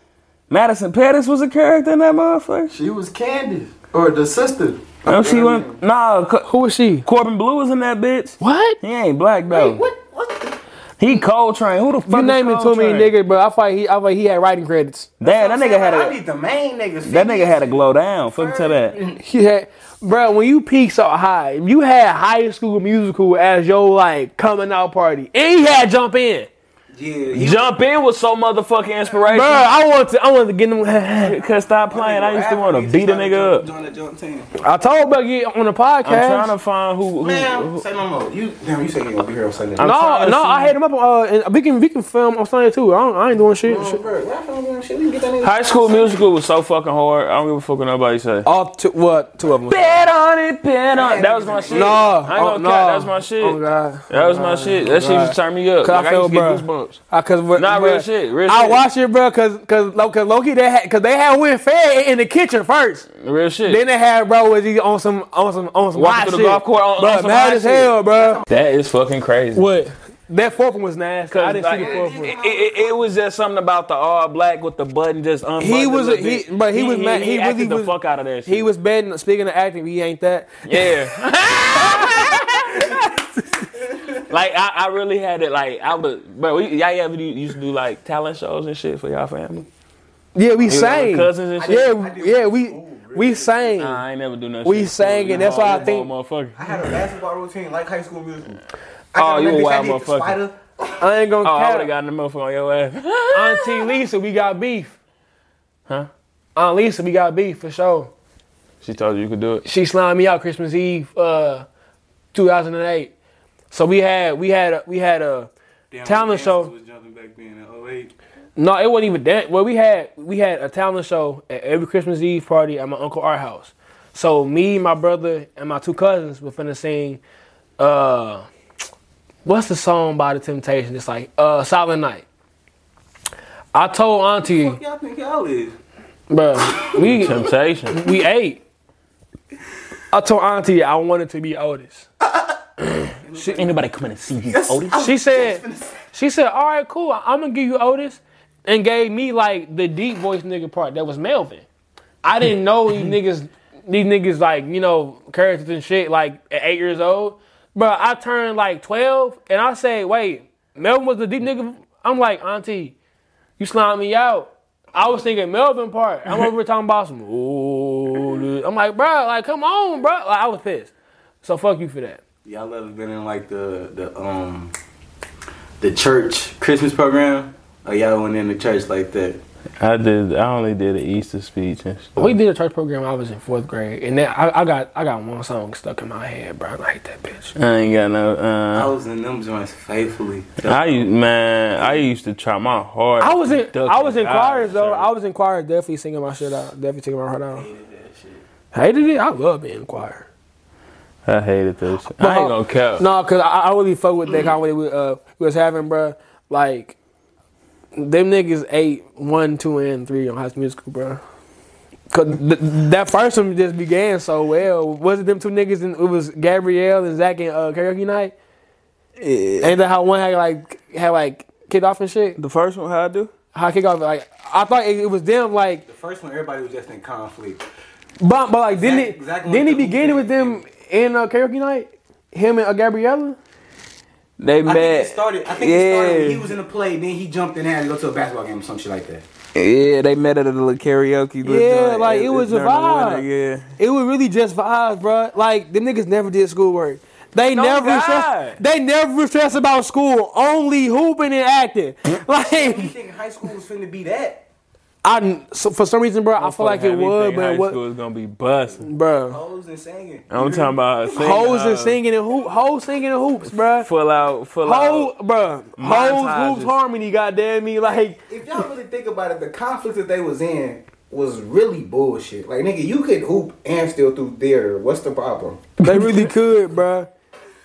[SPEAKER 2] Madison Pettis was a character in that motherfucker.
[SPEAKER 3] She was Candy or the sister.
[SPEAKER 2] No, she went. Nah, Co-
[SPEAKER 1] Who was she?
[SPEAKER 2] Corbin Blue was in that bitch.
[SPEAKER 1] What?
[SPEAKER 2] He ain't black though.
[SPEAKER 7] What? What?
[SPEAKER 2] He Cold Train. Who the fuck?
[SPEAKER 1] You
[SPEAKER 2] is
[SPEAKER 1] naming too
[SPEAKER 2] Cold
[SPEAKER 1] many
[SPEAKER 2] Train?
[SPEAKER 1] niggas, but I thought he I thought he had writing credits.
[SPEAKER 2] Damn, that nigga had
[SPEAKER 3] I
[SPEAKER 2] a
[SPEAKER 3] need the main niggas.
[SPEAKER 2] that nigga had a glow down. Fuck to that.
[SPEAKER 1] He had, bro. When you peak so high, you had High School Musical as your like coming out party, and he had Jump In.
[SPEAKER 3] Yeah, he
[SPEAKER 2] Jump in was so motherfucking
[SPEAKER 1] Bro,
[SPEAKER 2] inspirational.
[SPEAKER 1] I want to, I want to get him.
[SPEAKER 2] Cause stop playing. I used to want to beat a nigga up.
[SPEAKER 3] Join the jump team.
[SPEAKER 1] I told Buggy on the podcast.
[SPEAKER 2] I'm trying to find who. who,
[SPEAKER 3] Man, say no more. You damn, you said you gonna be here on Sunday.
[SPEAKER 2] I'm
[SPEAKER 1] no,
[SPEAKER 2] trying to
[SPEAKER 1] no,
[SPEAKER 2] see-
[SPEAKER 1] I had him up. Uh, and we can we can film on Sunday too. I, don't, I ain't doing shit. shit.
[SPEAKER 2] High School Musical was so fucking hard. I don't give a fuck what nobody say.
[SPEAKER 1] All two, what two of them?
[SPEAKER 2] Bet on it, bet on it. That was my shit.
[SPEAKER 1] No,
[SPEAKER 2] I ain't
[SPEAKER 1] oh,
[SPEAKER 2] gonna
[SPEAKER 1] no.
[SPEAKER 2] cap. That was my shit.
[SPEAKER 1] Oh god.
[SPEAKER 2] That was my shit. That shit just turned me up.
[SPEAKER 1] Cause
[SPEAKER 2] Like,
[SPEAKER 1] I
[SPEAKER 2] I
[SPEAKER 1] feel,
[SPEAKER 2] used to get
[SPEAKER 1] bro.
[SPEAKER 2] goosebumps.
[SPEAKER 1] I, cause what-
[SPEAKER 2] Nah, real
[SPEAKER 1] bruh,
[SPEAKER 2] shit, real
[SPEAKER 1] I
[SPEAKER 2] shit.
[SPEAKER 1] watched it, bro, cause cause Lo- cause Loki they had cause they had Win Fed in the kitchen first.
[SPEAKER 2] Real shit.
[SPEAKER 1] Then they had bro was he on some on some on some
[SPEAKER 2] Walking
[SPEAKER 1] hot
[SPEAKER 2] through the
[SPEAKER 1] shit.
[SPEAKER 2] golf court on- on
[SPEAKER 1] Bruh,
[SPEAKER 2] some
[SPEAKER 1] mad
[SPEAKER 2] hot
[SPEAKER 1] as
[SPEAKER 2] shit.
[SPEAKER 1] hell, bro.
[SPEAKER 2] that is fucking crazy.
[SPEAKER 1] What? That fourth one was nasty. I didn't
[SPEAKER 2] like,
[SPEAKER 1] see the
[SPEAKER 2] it,
[SPEAKER 1] fourth one.
[SPEAKER 2] it- it- it was just something about the all black with the button just unbuttoned.
[SPEAKER 1] He was
[SPEAKER 2] a
[SPEAKER 1] a- he- but he was mad- he
[SPEAKER 2] He,
[SPEAKER 1] was-
[SPEAKER 2] acted
[SPEAKER 1] he
[SPEAKER 2] the
[SPEAKER 1] was-
[SPEAKER 2] fuck out of that. Shit.
[SPEAKER 1] He was betting. Speaking of acting, he ain't that.
[SPEAKER 2] yeah. like I, I really had it. Like I was, but we, y'all ever do- used to do like talent shows and shit for y'all family?
[SPEAKER 1] Yeah, we
[SPEAKER 2] with
[SPEAKER 1] sang.
[SPEAKER 2] cousins and shit? I
[SPEAKER 1] Yeah, yeah, we we sang.
[SPEAKER 2] Nah, I ain't never do nothing.
[SPEAKER 1] We sang, and that's why I think-
[SPEAKER 2] Motherfucker.
[SPEAKER 3] I had a basketball routine like high school musical.
[SPEAKER 2] Oh, you a wild motherfucker.
[SPEAKER 3] Spider.
[SPEAKER 1] I ain't gonna
[SPEAKER 2] Oh, I would
[SPEAKER 1] count.
[SPEAKER 2] have gotten the motherfucker on your ass.
[SPEAKER 1] Auntie Lisa, we got beef.
[SPEAKER 2] Huh?
[SPEAKER 1] Aunt Lisa, we got beef for sure.
[SPEAKER 2] She told you you could do it.
[SPEAKER 1] she slimed me out Christmas Eve, uh, 2008. So we had we had a, we had a talent show.
[SPEAKER 6] oh
[SPEAKER 1] No, it wasn't even that. Well, we had we had a talent show at every Christmas Eve party at my uncle our house. So me, my brother, and my two cousins were finna sing. Uh, what's the song by the Temptation? It's like uh, Silent Night. I told Auntie,
[SPEAKER 3] Y'all think y'all is?
[SPEAKER 1] bruh, we
[SPEAKER 2] Temptation.
[SPEAKER 1] we ate. I told Auntie I wanted to be Otis.
[SPEAKER 2] Anybody coming to see you, Otis?
[SPEAKER 1] She said, she said, all right, cool. I'm gonna give you Otis, and gave me like the deep voice nigga part that was Melvin. I didn't know these niggas, these niggas like you know characters and shit. Like at eight years old, but I turned like twelve, and I say, wait, Melvin was the deep nigga. I'm like, auntie, you slimed me out. I was thinking Melvin part. I'm over here talking about some. Ooh, dude." I'm like, bro, like come on, bro. Like, I was pissed. So fuck you for that.
[SPEAKER 3] Y'all ever been in like the the um the church Christmas program? Or y'all went in the church like that?
[SPEAKER 2] I did. I only did an Easter speech and stuff.
[SPEAKER 1] We did a church program. when I was in fourth grade, and that, I, I got I got one song stuck in my head, bro. I like that bitch.
[SPEAKER 2] I ain't got no. Uh,
[SPEAKER 3] I was in them joints faithfully.
[SPEAKER 2] I used, man, I used to try my hardest.
[SPEAKER 1] I was in
[SPEAKER 2] to duck
[SPEAKER 1] I was in
[SPEAKER 2] and dodge,
[SPEAKER 1] choirs though.
[SPEAKER 2] sir.
[SPEAKER 1] I was in choirs, definitely singing my shit out, definitely singing my heart out. Hated it. I love being in choir.
[SPEAKER 2] I hated this. I ain't gonna care.
[SPEAKER 1] uh, No, cause I, I really fuck with
[SPEAKER 6] Mm.
[SPEAKER 1] that comedy we uh we was having, bro. Like them niggas ate one, two, and three on High School Musical, bro. Cause th- that first one just began so well. Was it them two niggas? And it was Gabrielle and Zach and uh, karaoke night. Ain't that how one had like had like kicked off and shit?
[SPEAKER 3] The first one, how I do?
[SPEAKER 1] How kick off? Like I thought it, it was them. Like
[SPEAKER 6] The first one, everybody was just in conflict.
[SPEAKER 1] but but like didn't
[SPEAKER 6] Zach-
[SPEAKER 1] it
[SPEAKER 6] Zach went
[SPEAKER 1] didn't he
[SPEAKER 6] to who
[SPEAKER 1] begin
[SPEAKER 6] did
[SPEAKER 1] with
[SPEAKER 6] it?
[SPEAKER 1] them in uh, karaoke night? Him and uh, Gabriella.
[SPEAKER 3] They
[SPEAKER 6] I
[SPEAKER 3] met.
[SPEAKER 6] think it started. I think it started when
[SPEAKER 3] Yeah.
[SPEAKER 6] he was in the play. Then he jumped in there and go to a basketball game or some shit like that.
[SPEAKER 3] Yeah, they met at a little karaoke. little
[SPEAKER 1] Yeah,
[SPEAKER 3] joint
[SPEAKER 1] like,
[SPEAKER 3] at-
[SPEAKER 1] it was a
[SPEAKER 3] during the winter,
[SPEAKER 1] vibe.
[SPEAKER 3] yeah.
[SPEAKER 1] It was really just vibes, bruh. Like them niggas never did schoolwork. They never
[SPEAKER 3] God.
[SPEAKER 1] stress, they never stress about school. Only hooping and acting.
[SPEAKER 6] You
[SPEAKER 1] like
[SPEAKER 6] think high school was finna be that?
[SPEAKER 1] I so for some reason, bruh, I feel like it would, but
[SPEAKER 2] high
[SPEAKER 1] it was
[SPEAKER 2] school is gonna be busting.
[SPEAKER 1] bruh.
[SPEAKER 6] Hoes and singing.
[SPEAKER 2] I'm talking about singing,
[SPEAKER 1] Hoes
[SPEAKER 2] uh,
[SPEAKER 1] and singing and hoop, hoes singing and hoops, bruh.
[SPEAKER 2] Full out, full
[SPEAKER 1] Hoes,
[SPEAKER 2] out.
[SPEAKER 1] bruh.
[SPEAKER 2] Montages.
[SPEAKER 1] Hoes, hoops, harmony. Goddamn me, like
[SPEAKER 6] If y'all really think about it, the conflict that they was in was really bullshit. Like nigga, you could hoop and still do theater. What's the problem?
[SPEAKER 1] they really could, bruh.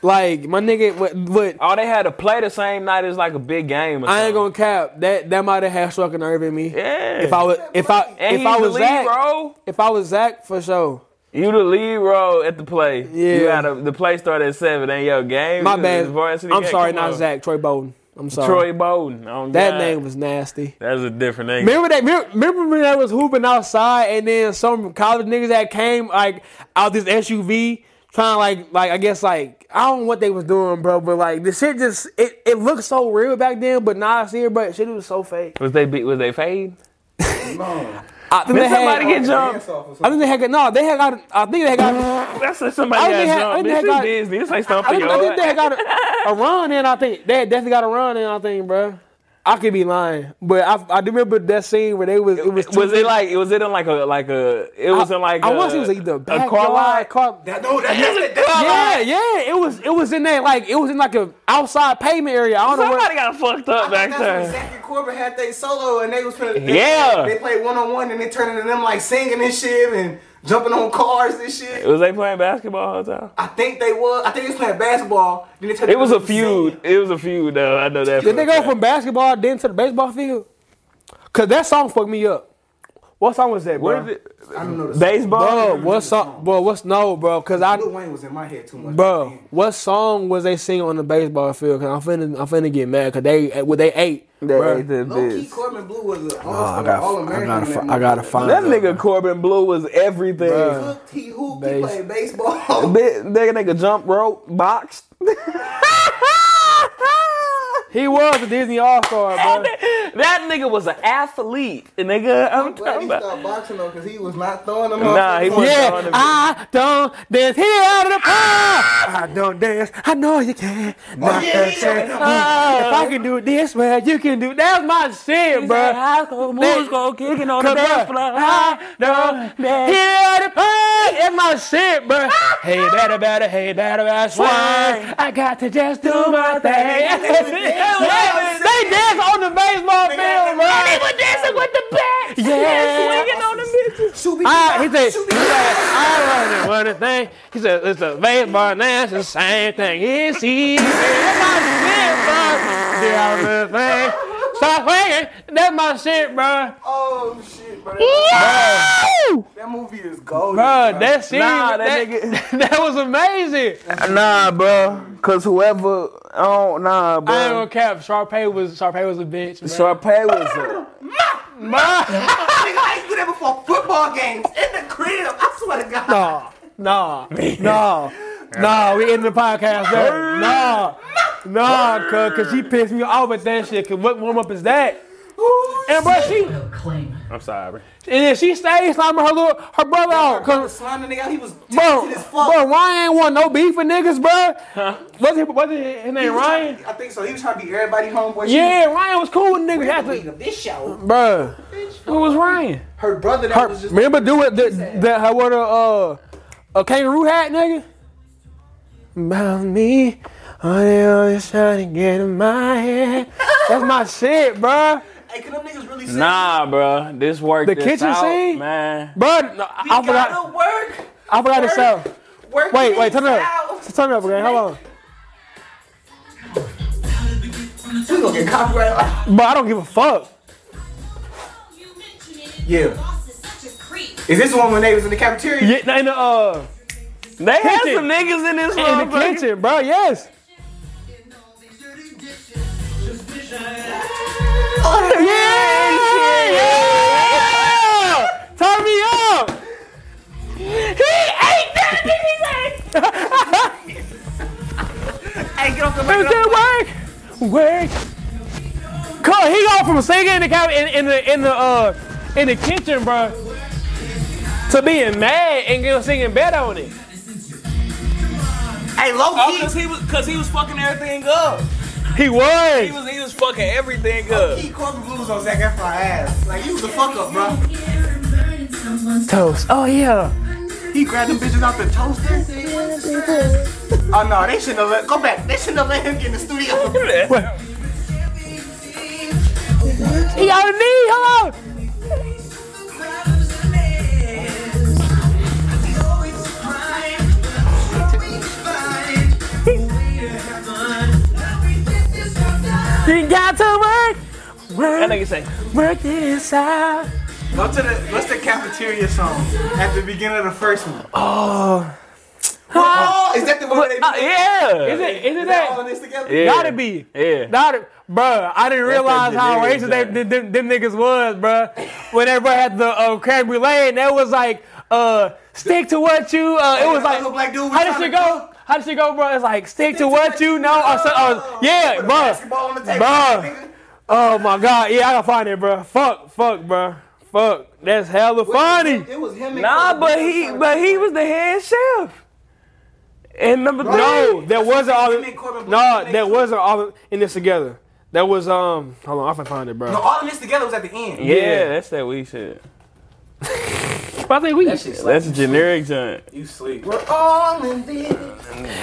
[SPEAKER 1] Like my nigga, what? what
[SPEAKER 2] All Oh, they had to play the same night is like a big game. Or
[SPEAKER 1] I ain't
[SPEAKER 2] something.
[SPEAKER 1] gonna cap that. That might have had struck an nerve in me.
[SPEAKER 2] Yeah.
[SPEAKER 1] If I was, if I,
[SPEAKER 2] and
[SPEAKER 1] if
[SPEAKER 2] he's
[SPEAKER 1] I
[SPEAKER 2] the
[SPEAKER 1] was
[SPEAKER 2] lead,
[SPEAKER 1] Zach,
[SPEAKER 2] bro.
[SPEAKER 1] If I was Zach, for sure.
[SPEAKER 2] You the lead role at the play. You
[SPEAKER 1] Yeah.
[SPEAKER 2] had a, the play started at seven. Ain't your game.
[SPEAKER 1] My
[SPEAKER 2] You was
[SPEAKER 1] bad.
[SPEAKER 2] varsity
[SPEAKER 1] I'm
[SPEAKER 2] game.
[SPEAKER 1] sorry,
[SPEAKER 2] Come
[SPEAKER 1] not
[SPEAKER 2] on.
[SPEAKER 1] Zach. Troy Bowden. I'm sorry.
[SPEAKER 2] Troy Bowden. Oh,
[SPEAKER 1] that
[SPEAKER 2] God.
[SPEAKER 1] name was nasty.
[SPEAKER 2] That's a different name.
[SPEAKER 1] Remember that? Remember, remember when I was hooping outside, and then some college niggas that came like out this SUV, trying to, like like I guess like I don't know what they was doing, bro. But like the shit just it it looked so real back then, but now I see it, but shit it was so fake.
[SPEAKER 2] Was they beat? Was they fade?
[SPEAKER 6] No.
[SPEAKER 1] I think they
[SPEAKER 2] Did somebody
[SPEAKER 1] had.
[SPEAKER 2] get jumped?
[SPEAKER 6] Dance off or
[SPEAKER 1] I
[SPEAKER 6] something.
[SPEAKER 1] think they had. No, they had got. I think they had got.
[SPEAKER 2] That's what somebody
[SPEAKER 1] I think
[SPEAKER 2] got
[SPEAKER 1] they had- I
[SPEAKER 2] jumped.
[SPEAKER 1] think
[SPEAKER 2] This
[SPEAKER 1] they
[SPEAKER 2] is
[SPEAKER 1] got-
[SPEAKER 2] Disney. This ain't
[SPEAKER 1] I
[SPEAKER 2] something
[SPEAKER 1] think,
[SPEAKER 2] for
[SPEAKER 1] I
[SPEAKER 2] your
[SPEAKER 1] think they had got a, a run in. I think they had definitely got a run in. I think, bro. I could be lying, but I, I do remember that scene where they was it was two-
[SPEAKER 2] Was it like? Was it in like a like a? It was in like
[SPEAKER 1] I
[SPEAKER 2] a-
[SPEAKER 1] want to say it was either
[SPEAKER 2] a car lot.
[SPEAKER 1] car,
[SPEAKER 6] That, no, that, that, that, that,
[SPEAKER 1] yeah, yeah. It was it was in that like it was in like a outside payment area. I don't know. Where,
[SPEAKER 2] Somebody got fucked up back
[SPEAKER 6] That's when
[SPEAKER 2] there.
[SPEAKER 6] Zach and Corbin had they solo and they was finna, they-
[SPEAKER 2] Yeah.
[SPEAKER 6] They played one on one and they turned into them like singing and shit and jumping on cars and shit.
[SPEAKER 2] Was they playing basketball all the time?
[SPEAKER 6] I think they was. I think they was playing basketball. Then they turned
[SPEAKER 2] It was
[SPEAKER 6] into
[SPEAKER 2] a feud.
[SPEAKER 6] singing.
[SPEAKER 2] It was a feud though. I know that. for
[SPEAKER 1] did they
[SPEAKER 2] a
[SPEAKER 1] go
[SPEAKER 2] fact.
[SPEAKER 1] from basketball then to the baseball field? Cause that song fucked me up. What song was that,
[SPEAKER 2] What
[SPEAKER 1] bro?
[SPEAKER 2] is it?
[SPEAKER 6] I don't know. The
[SPEAKER 2] baseball?
[SPEAKER 1] Bro, what song? Bro, what's no, bro? Cause I,
[SPEAKER 6] Lil Wayne was in my head too much.
[SPEAKER 1] Bro, what song was they singing on the baseball field? Cause I'm finna, I'm finna get mad. Cause they, what they ate.
[SPEAKER 3] They
[SPEAKER 1] bruh.
[SPEAKER 3] ate that
[SPEAKER 6] Low key,
[SPEAKER 3] bitch.
[SPEAKER 6] Corbin Blue was an
[SPEAKER 1] I
[SPEAKER 6] all-star,
[SPEAKER 1] gotta-
[SPEAKER 6] all-American.
[SPEAKER 1] I gotta
[SPEAKER 6] in
[SPEAKER 1] fi-
[SPEAKER 6] that
[SPEAKER 1] I gotta
[SPEAKER 6] movie.
[SPEAKER 1] find
[SPEAKER 3] That
[SPEAKER 1] Bruh.
[SPEAKER 3] nigga Corbin Blue was everything.
[SPEAKER 6] He
[SPEAKER 1] Bruh.
[SPEAKER 6] hooped, he hooped, he
[SPEAKER 1] Base-
[SPEAKER 6] played baseball.
[SPEAKER 3] Bit, nigga, nigga jump rope, boxed.
[SPEAKER 1] He was a Disney All Star, bro.
[SPEAKER 2] That nigga was an athlete, nigga. I'm
[SPEAKER 6] Glad
[SPEAKER 2] talking
[SPEAKER 6] he
[SPEAKER 2] about.
[SPEAKER 6] stopped boxing though, cause he was not throwing them.
[SPEAKER 2] Nah, he
[SPEAKER 6] motherfuckers.
[SPEAKER 1] Yeah,
[SPEAKER 2] wasn't.
[SPEAKER 1] I don't dance here out of the park. Oh, I don't dance. I know you can. Not
[SPEAKER 6] yeah,
[SPEAKER 1] that
[SPEAKER 6] yeah.
[SPEAKER 1] shit. Ah, If I can do it this way, you can do. That's my shit, bro. moves go
[SPEAKER 2] kicking on
[SPEAKER 1] Cause, bruh, I don't dance here out of the park. That's my shit, bro. Hey, better, better. Hey, better, better. Swing. I got to just do my thing. they dance on the baseball field, bro.
[SPEAKER 6] They were
[SPEAKER 1] dancing with the bat. Yeah.
[SPEAKER 2] Swinging on the bitches.
[SPEAKER 6] Shoot me,
[SPEAKER 1] I, he
[SPEAKER 6] shoot me,
[SPEAKER 1] said,
[SPEAKER 6] shoot
[SPEAKER 1] he
[SPEAKER 6] me.
[SPEAKER 1] said, I run and run a thing. He said, it's a baseball now, it's the same thing. It's easy. That's my shit, bro. Yeah, I run a thing. Stop playing. That's my shit, bro.
[SPEAKER 6] Oh shit, bro. That movie is golden.
[SPEAKER 1] Bro, that shit,
[SPEAKER 3] Nah,
[SPEAKER 1] that,
[SPEAKER 3] that
[SPEAKER 1] that, was amazing.
[SPEAKER 3] nah, bro. Cause whoever, oh nah,
[SPEAKER 1] I ain't gonna
[SPEAKER 3] bro.
[SPEAKER 1] cap. Sharpay was Sharpay was a bitch. Bro.
[SPEAKER 3] Sharpay was
[SPEAKER 6] Nigga, I used to do that before football games in the crib. I swear to God.
[SPEAKER 1] Nah, nah, nah, nah. We ended the podcast there. Nah, nah, cause, cause she pissed me off with that shit. Cause what warm up is that? And bro, she.
[SPEAKER 2] I'm sorry.
[SPEAKER 1] And then she stayed slamming her little her brother out.
[SPEAKER 6] Cause
[SPEAKER 1] Cause
[SPEAKER 6] slime the nigga, out, he was
[SPEAKER 1] bro,
[SPEAKER 6] talented as fuck.
[SPEAKER 1] bro, Ryan ain't want no beef with niggas, bro. Was it was it his name Ryan?
[SPEAKER 6] I think so. He was trying to be everybody homeboy.
[SPEAKER 1] Yeah, Ryan was cool with niggas. After,
[SPEAKER 6] This show,
[SPEAKER 1] bro, who was Ryan?
[SPEAKER 6] her brother that
[SPEAKER 1] Her,
[SPEAKER 6] was just
[SPEAKER 1] remember doing that that her wore the uh a kangaroo hat, nigga. About me, all they always trying to get in my head. That's my shit, bro.
[SPEAKER 6] Hey, can them niggas really sing?
[SPEAKER 2] Nah, bro. This worked.
[SPEAKER 1] The
[SPEAKER 2] this
[SPEAKER 1] kitchen
[SPEAKER 2] out,
[SPEAKER 1] scene?
[SPEAKER 2] man.
[SPEAKER 1] Bro, no, I,
[SPEAKER 6] We
[SPEAKER 1] I
[SPEAKER 6] gotta
[SPEAKER 1] forgot.
[SPEAKER 6] work.
[SPEAKER 1] I forgot the sound.
[SPEAKER 6] Work
[SPEAKER 1] Wait, wait,
[SPEAKER 6] things
[SPEAKER 1] turn it up.
[SPEAKER 6] out.
[SPEAKER 1] Turn it up again. Hold on.
[SPEAKER 6] We gonna get copyright.
[SPEAKER 1] But I don't give a fuck.
[SPEAKER 6] Yeah.
[SPEAKER 8] Boss is such a creep.
[SPEAKER 6] Is this the one when they was in the cafeteria?
[SPEAKER 1] Yeah, no, in the uh,
[SPEAKER 2] They had
[SPEAKER 1] Kitchen.
[SPEAKER 2] some niggas in
[SPEAKER 1] in
[SPEAKER 2] this
[SPEAKER 1] the
[SPEAKER 2] motherfucker.
[SPEAKER 1] kitchen, bro. Yes. Yeah, yeah. Turn me up. Is that work? Work. Cause he go from singing in the cab- in, in the in the uh in the kitchen, bro, to being mad and go singing bad on it.
[SPEAKER 6] Hey, low
[SPEAKER 2] Oh,
[SPEAKER 6] key.
[SPEAKER 2] cause he was, cause he was fucking everything up.
[SPEAKER 1] He was.
[SPEAKER 2] He was, he was fucking everything up.
[SPEAKER 6] He caught the blues on Zac Efron ass. Like, you was a fuck up, bro.
[SPEAKER 1] Toast. Oh yeah.
[SPEAKER 6] He grabbed them bitches out the toaster. Oh, no, they shouldn't have let, go back. They shouldn't have let him get in the studio.
[SPEAKER 1] He on the knee. Hold on. You got to work.
[SPEAKER 2] That
[SPEAKER 1] Work,
[SPEAKER 2] nigga say,
[SPEAKER 1] work this out.
[SPEAKER 6] Go to the, what's the cafeteria song at the beginning of the first one? Oh, is that the one where they
[SPEAKER 2] oh, yeah.
[SPEAKER 1] Is it? Is it
[SPEAKER 6] they all
[SPEAKER 1] that?
[SPEAKER 6] in this together?
[SPEAKER 2] Yeah.
[SPEAKER 1] Gotta be.
[SPEAKER 2] Yeah.
[SPEAKER 1] Gotta, bruh, I didn't realize
[SPEAKER 2] that
[SPEAKER 1] how
[SPEAKER 2] nigga
[SPEAKER 1] racist they,
[SPEAKER 2] guy.
[SPEAKER 1] them, them, them niggas was, bruh. When everybody had the uh, crab brulee, and that was like, uh, stick to what you. Uh, it was
[SPEAKER 6] that
[SPEAKER 1] like,
[SPEAKER 6] little black dude was
[SPEAKER 1] how did she
[SPEAKER 6] trying to
[SPEAKER 1] go? How did she go, bruh? It's like, stick to what you know. Or, so- or, yeah,
[SPEAKER 6] Put
[SPEAKER 1] bruh.
[SPEAKER 6] a basketball on the table,
[SPEAKER 1] Bruh.
[SPEAKER 6] nigga.
[SPEAKER 1] Oh my god, yeah, I gotta find it, bruh. Fuck, fuck, bruh. Fuck, that's hella funny.
[SPEAKER 6] It was him. and
[SPEAKER 2] Nah, but
[SPEAKER 6] Kobe Bryant
[SPEAKER 2] he
[SPEAKER 6] trying to-
[SPEAKER 2] but he was the head chef. And number three,
[SPEAKER 1] No, that wasn't all.
[SPEAKER 6] Him and Corbin Blue
[SPEAKER 1] No,
[SPEAKER 6] was
[SPEAKER 1] that
[SPEAKER 6] next.
[SPEAKER 1] wasn't all in this together. That was um. Hold on, I can find it,
[SPEAKER 6] No,
[SPEAKER 1] bro.
[SPEAKER 6] all of this together was at the end.
[SPEAKER 2] yeah,
[SPEAKER 1] yeah.
[SPEAKER 2] that's that weak shit.
[SPEAKER 1] I think we.
[SPEAKER 6] That shit slapped.
[SPEAKER 2] That's a generic joint.
[SPEAKER 6] You sleep. We're all in this.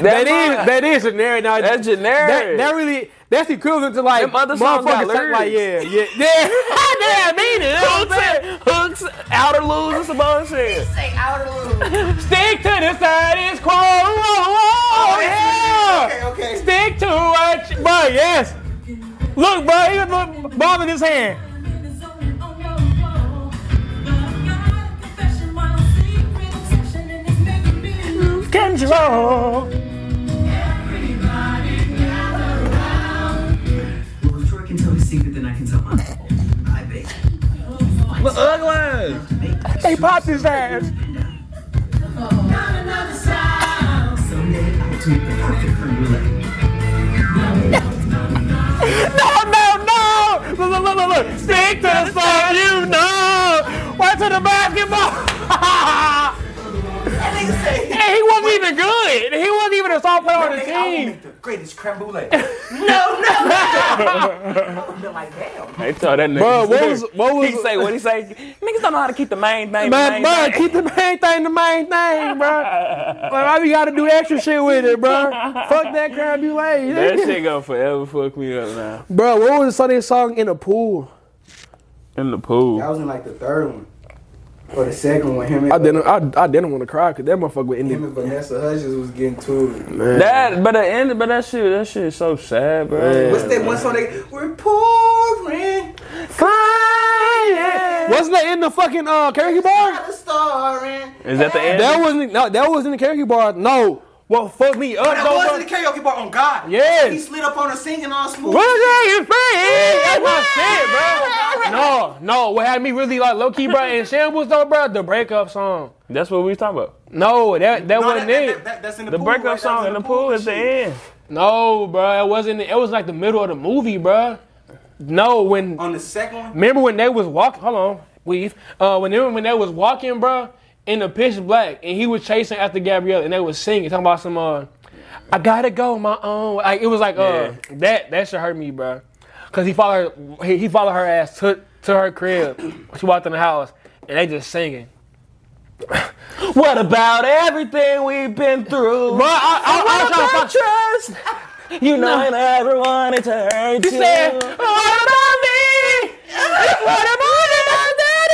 [SPEAKER 1] That is that is generic. Now
[SPEAKER 2] That's
[SPEAKER 1] that,
[SPEAKER 2] generic.
[SPEAKER 1] that really that's equivalent to like
[SPEAKER 2] Them other songs got
[SPEAKER 1] motherfuckers act like yeah
[SPEAKER 2] lyrics.
[SPEAKER 1] yeah yeah. yeah, I mean it. you know what I'm saying?
[SPEAKER 2] hooks, hooks, outer lose, and some other shit.
[SPEAKER 9] Say outer loop.
[SPEAKER 1] Stick to the status quo. Oh, yeah.
[SPEAKER 6] Okay, okay.
[SPEAKER 1] Stick to what, you- bro? Yes. Look, bro, he was bobbing his hand. Control.
[SPEAKER 10] Well, if Troy can tell his secret, then I can tell mine. I bet.
[SPEAKER 1] They popped his ass.
[SPEAKER 10] Someday I will make the perfect creme brulee.
[SPEAKER 1] No, no, no! Look, look, look, look, look. Stick to the song, you know! Why to the basketball?
[SPEAKER 6] That nigga said he-
[SPEAKER 1] and he wasn't even good. He wasn't even a star player on the
[SPEAKER 6] Nigga, I will
[SPEAKER 1] team.
[SPEAKER 6] make the greatest creme brulee. no, no, no. I would been like, damn.
[SPEAKER 2] They told that nigga.
[SPEAKER 1] Bro, what was- what was-
[SPEAKER 2] he say? What he say? Niggas don't know how to keep the main thing.
[SPEAKER 1] Man,
[SPEAKER 2] the
[SPEAKER 1] bro,
[SPEAKER 2] main
[SPEAKER 1] keep the main thing the main thing, bro. Like, why we gotta do extra shit with it, bro? Fuck that crab you
[SPEAKER 2] That shit gonna forever fuck me up now.
[SPEAKER 1] Bro, what was Sunday's song in the pool?
[SPEAKER 2] In the pool.
[SPEAKER 6] That was in like the third one. Or the second one. Him and,
[SPEAKER 1] I didn't, I, I didn't want to cry because that motherfucker was in
[SPEAKER 6] him
[SPEAKER 1] the
[SPEAKER 6] and Vanessa Hudgens was getting to it.
[SPEAKER 2] That, but the end, but that shit, that shit is so sad, bro.
[SPEAKER 6] What's that one song they, we're pouring
[SPEAKER 1] fire. Wasn't that in the fucking uh karaoke bar?
[SPEAKER 6] out a star in.
[SPEAKER 2] Is that the end?
[SPEAKER 1] That wasn't no, that wasn't in the karaoke bar. No. Well, fuck me up,
[SPEAKER 6] That
[SPEAKER 1] though,
[SPEAKER 6] was
[SPEAKER 1] bro.
[SPEAKER 6] in the karaoke bar on God.
[SPEAKER 1] Yes.
[SPEAKER 6] He slid up on her singing all smooth.
[SPEAKER 1] What is your friend? That's my shit, bro. No, no. What had me really like low key, bro, and shambles though, bro, the breakup song.
[SPEAKER 2] That's what we was talking about.
[SPEAKER 1] No, that that
[SPEAKER 6] No,
[SPEAKER 1] wasn't
[SPEAKER 6] that-
[SPEAKER 1] it.
[SPEAKER 6] that- that- that's in the,
[SPEAKER 2] The
[SPEAKER 6] pool,
[SPEAKER 2] breakup
[SPEAKER 6] right? That was
[SPEAKER 2] song in the pool
[SPEAKER 6] and
[SPEAKER 2] is the
[SPEAKER 6] shit.
[SPEAKER 2] end.
[SPEAKER 1] No, bro, it wasn't. It was like the middle of the movie, bro. No, when
[SPEAKER 6] On the second one,
[SPEAKER 1] remember when they was walking. Hold on, weave. Uh, when they, when they was walking, bro, in the pitch black, and he was chasing after Gabrielle, and they was singing, talking about some uh, I gotta go my own. Like it was like uh, that that should hurt me, bro, cause he followed her, he, he followed her ass to to her crib. She walked in the house, and they just singing.
[SPEAKER 2] What about everything we've been through?
[SPEAKER 1] Bro, I, I, I, I, I,
[SPEAKER 2] trust. You know I never wanted to hurt
[SPEAKER 1] He
[SPEAKER 2] you.
[SPEAKER 1] said, "What about me? What about it? I did